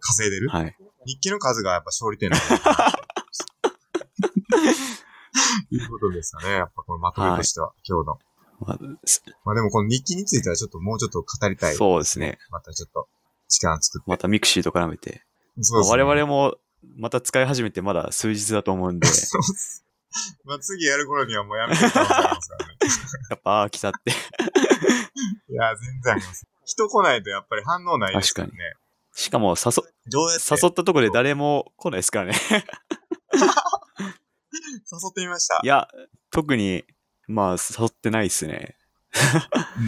[SPEAKER 1] 稼いでる。
[SPEAKER 2] はい。
[SPEAKER 1] 日記の数がやっぱ勝利点なんだな
[SPEAKER 2] *laughs*
[SPEAKER 1] ということですかね。やっぱこのまとめとしては、今日の。
[SPEAKER 2] まあす
[SPEAKER 1] まあでもこの日記についてはちょっともうちょっと語りたい。
[SPEAKER 2] そうですね。
[SPEAKER 1] またちょっと時間作って。
[SPEAKER 2] またミクシーと絡めて。
[SPEAKER 1] そうですね
[SPEAKER 2] まあ我々もまた使い始めてまだ数日だと思うん
[SPEAKER 1] *laughs*
[SPEAKER 2] で、
[SPEAKER 1] そうっす。まあ、次やる頃にはもうやめてる可能性ありますから
[SPEAKER 2] *laughs*
[SPEAKER 1] ね。
[SPEAKER 2] やっぱ、ああー、来たって。
[SPEAKER 1] いや、全然あります。人来ないとやっぱり反応ないですからね。
[SPEAKER 2] しかも誘、
[SPEAKER 1] どうやって
[SPEAKER 2] 誘ったところで誰も来ないですからね。 *laughs*
[SPEAKER 1] 誘ってみました
[SPEAKER 2] い。や、特に、まあ、誘ってないですね。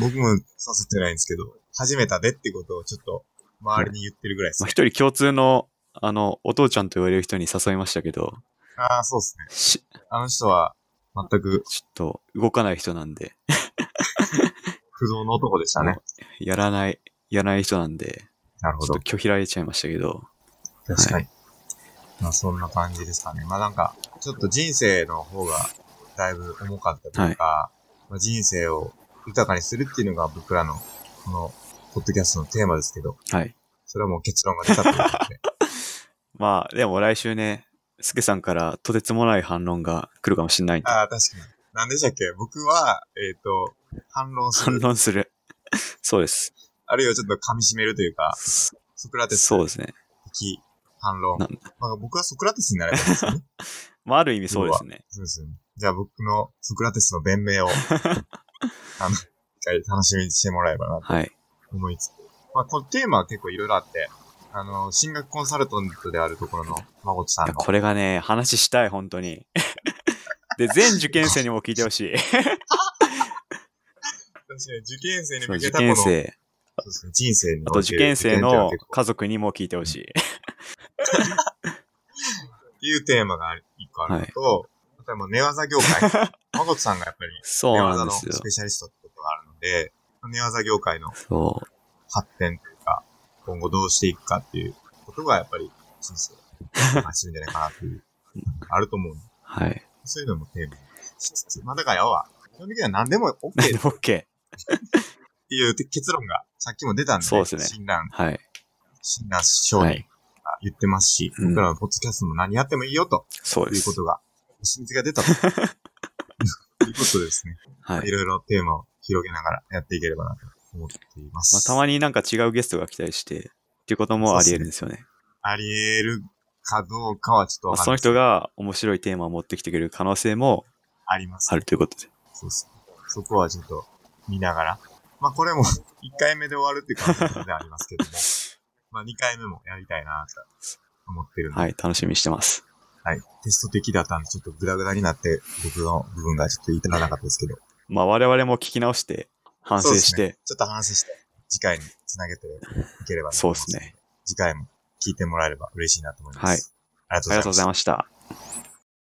[SPEAKER 1] 僕も誘ってないんですけど、始めたでってことをちょっと周りに言ってるぐらいです
[SPEAKER 2] まあ、
[SPEAKER 1] ね。
[SPEAKER 2] 一人共通の、あの、お父ちゃんと言われる人に誘いましたけど、
[SPEAKER 1] ああ、そうですね。
[SPEAKER 2] し、
[SPEAKER 1] あの人は全く
[SPEAKER 2] ちょっと動かない人なんで、
[SPEAKER 1] 不動の男でしたね。
[SPEAKER 2] やらない、やらない人なんで、
[SPEAKER 1] なる
[SPEAKER 2] ちょ
[SPEAKER 1] ほ
[SPEAKER 2] っ
[SPEAKER 1] ど
[SPEAKER 2] と。拒否られちゃいましたけど、
[SPEAKER 1] 確かに。まあそんな感じですかね。まあなんか、ちょっと人生の方がだいぶ重かったというか、まあ、人生を豊かにするっていうのが僕らのこのポッドキャストのテーマですけど、
[SPEAKER 2] はい。
[SPEAKER 1] それはもう結論が出たということ
[SPEAKER 2] *laughs*
[SPEAKER 1] で。
[SPEAKER 2] まあ、でも来週ね、スケさんからとてつもない反論が来るかもしれないんで、
[SPEAKER 1] ああ、確かに。何でしたっけ僕は、えっ、と、反論す
[SPEAKER 2] 反
[SPEAKER 1] る。
[SPEAKER 2] 論する。 *laughs* そうです。
[SPEAKER 1] あるいはちょっと噛み締めるというか、ソクラテス
[SPEAKER 2] そうですね。
[SPEAKER 1] 的反論
[SPEAKER 2] なん。
[SPEAKER 1] まあ、僕はソクラテスになればいいですよね。
[SPEAKER 2] まあ、ある意味そうですね。
[SPEAKER 1] そうですよね。じゃあ僕のソクラテスの弁
[SPEAKER 2] *laughs*
[SPEAKER 1] 明を、あの、一回楽しみにしてもらえばなと
[SPEAKER 2] はい。
[SPEAKER 1] 思いつつ。まあ、このテーマは結構いろいろあって、あの、進学コンサルタントであるところの、まごちさ
[SPEAKER 2] い
[SPEAKER 1] ん
[SPEAKER 2] や、
[SPEAKER 1] の。
[SPEAKER 2] これがね、話したい、本当 *laughs* に。で、全受験生にも聞いてほしい。
[SPEAKER 1] 私ね受験生に
[SPEAKER 2] *laughs* そう
[SPEAKER 1] 向
[SPEAKER 2] 受
[SPEAKER 1] けたこの、
[SPEAKER 2] 験
[SPEAKER 1] そうで
[SPEAKER 2] 生、
[SPEAKER 1] すね、人生の。
[SPEAKER 2] あと受験生の
[SPEAKER 1] 受験っていうのは結構
[SPEAKER 2] 家族にも聞いてほしい。
[SPEAKER 1] っていうテーマがある一個あるのと、あとはもう寝技業
[SPEAKER 2] *laughs*
[SPEAKER 1] 界。まごちさんがやっぱり
[SPEAKER 2] そう
[SPEAKER 1] 寝
[SPEAKER 2] な
[SPEAKER 1] 技
[SPEAKER 2] ん
[SPEAKER 1] の
[SPEAKER 2] ですよ
[SPEAKER 1] ス。ペシャリストってことがあるので、寝技業界の
[SPEAKER 2] そ
[SPEAKER 1] 発展というか、今後どうしていくかっていうことがやっぱり人生の楽しみじゃないかなっていう、あると思うんで。
[SPEAKER 2] う。はい。
[SPEAKER 1] そういうのもテーマにしつつ、まあだから要は、基本的には何でも OK っ
[SPEAKER 2] なんで OK。
[SPEAKER 1] ていう結論がさっきも出たんで、
[SPEAKER 2] そうですね
[SPEAKER 1] 診断、
[SPEAKER 2] はい。
[SPEAKER 1] 診断商
[SPEAKER 2] は
[SPEAKER 1] 人
[SPEAKER 2] い。
[SPEAKER 1] が言ってますし、
[SPEAKER 2] うん
[SPEAKER 1] 僕らのポッドキャストも何やってもいいよと
[SPEAKER 2] そうで
[SPEAKER 1] いうこ
[SPEAKER 2] す
[SPEAKER 1] と。が、お墨付きが出
[SPEAKER 2] *laughs*
[SPEAKER 1] たということでですね。
[SPEAKER 2] はいい。
[SPEAKER 1] ろいろテーマを広げながらやっていければなと思っています。
[SPEAKER 2] まあ、たまになんか違うゲストが来たりして、っていうこともあり得るんですよね。
[SPEAKER 1] あり得るかどうかはちょっと
[SPEAKER 2] ま
[SPEAKER 1] わ
[SPEAKER 2] あ、
[SPEAKER 1] かん
[SPEAKER 2] そ
[SPEAKER 1] ないで
[SPEAKER 2] の
[SPEAKER 1] すけ
[SPEAKER 2] 人
[SPEAKER 1] ど。
[SPEAKER 2] が面白いテーマを持ってきてくれる可能性も
[SPEAKER 1] あります、
[SPEAKER 2] あるということで。
[SPEAKER 1] そうですね。そこはちょっと見ながら。まあこれも *laughs* 1回目で終わるっていう感じではありますけども、まあ2回目もやりたいなと思ってるんで、
[SPEAKER 2] はい。楽しみにしてます。
[SPEAKER 1] はい。テスト的だったんでちょっとグダグダになって僕の部分がちょっと至らなかったですけど、
[SPEAKER 2] まあ、我々も聞き直して、反省し
[SPEAKER 1] そうで
[SPEAKER 2] て、
[SPEAKER 1] ちょっと話して次回につなげていければなと
[SPEAKER 2] そう
[SPEAKER 1] 思い
[SPEAKER 2] で
[SPEAKER 1] ます
[SPEAKER 2] ね。
[SPEAKER 1] 次回も聞いてもらえれば嬉しいなと思います。
[SPEAKER 2] はい
[SPEAKER 1] ありがと
[SPEAKER 2] ありがと
[SPEAKER 1] うご
[SPEAKER 2] うご
[SPEAKER 1] ざ
[SPEAKER 2] ざ
[SPEAKER 1] い
[SPEAKER 2] い
[SPEAKER 1] ま。
[SPEAKER 2] ますした。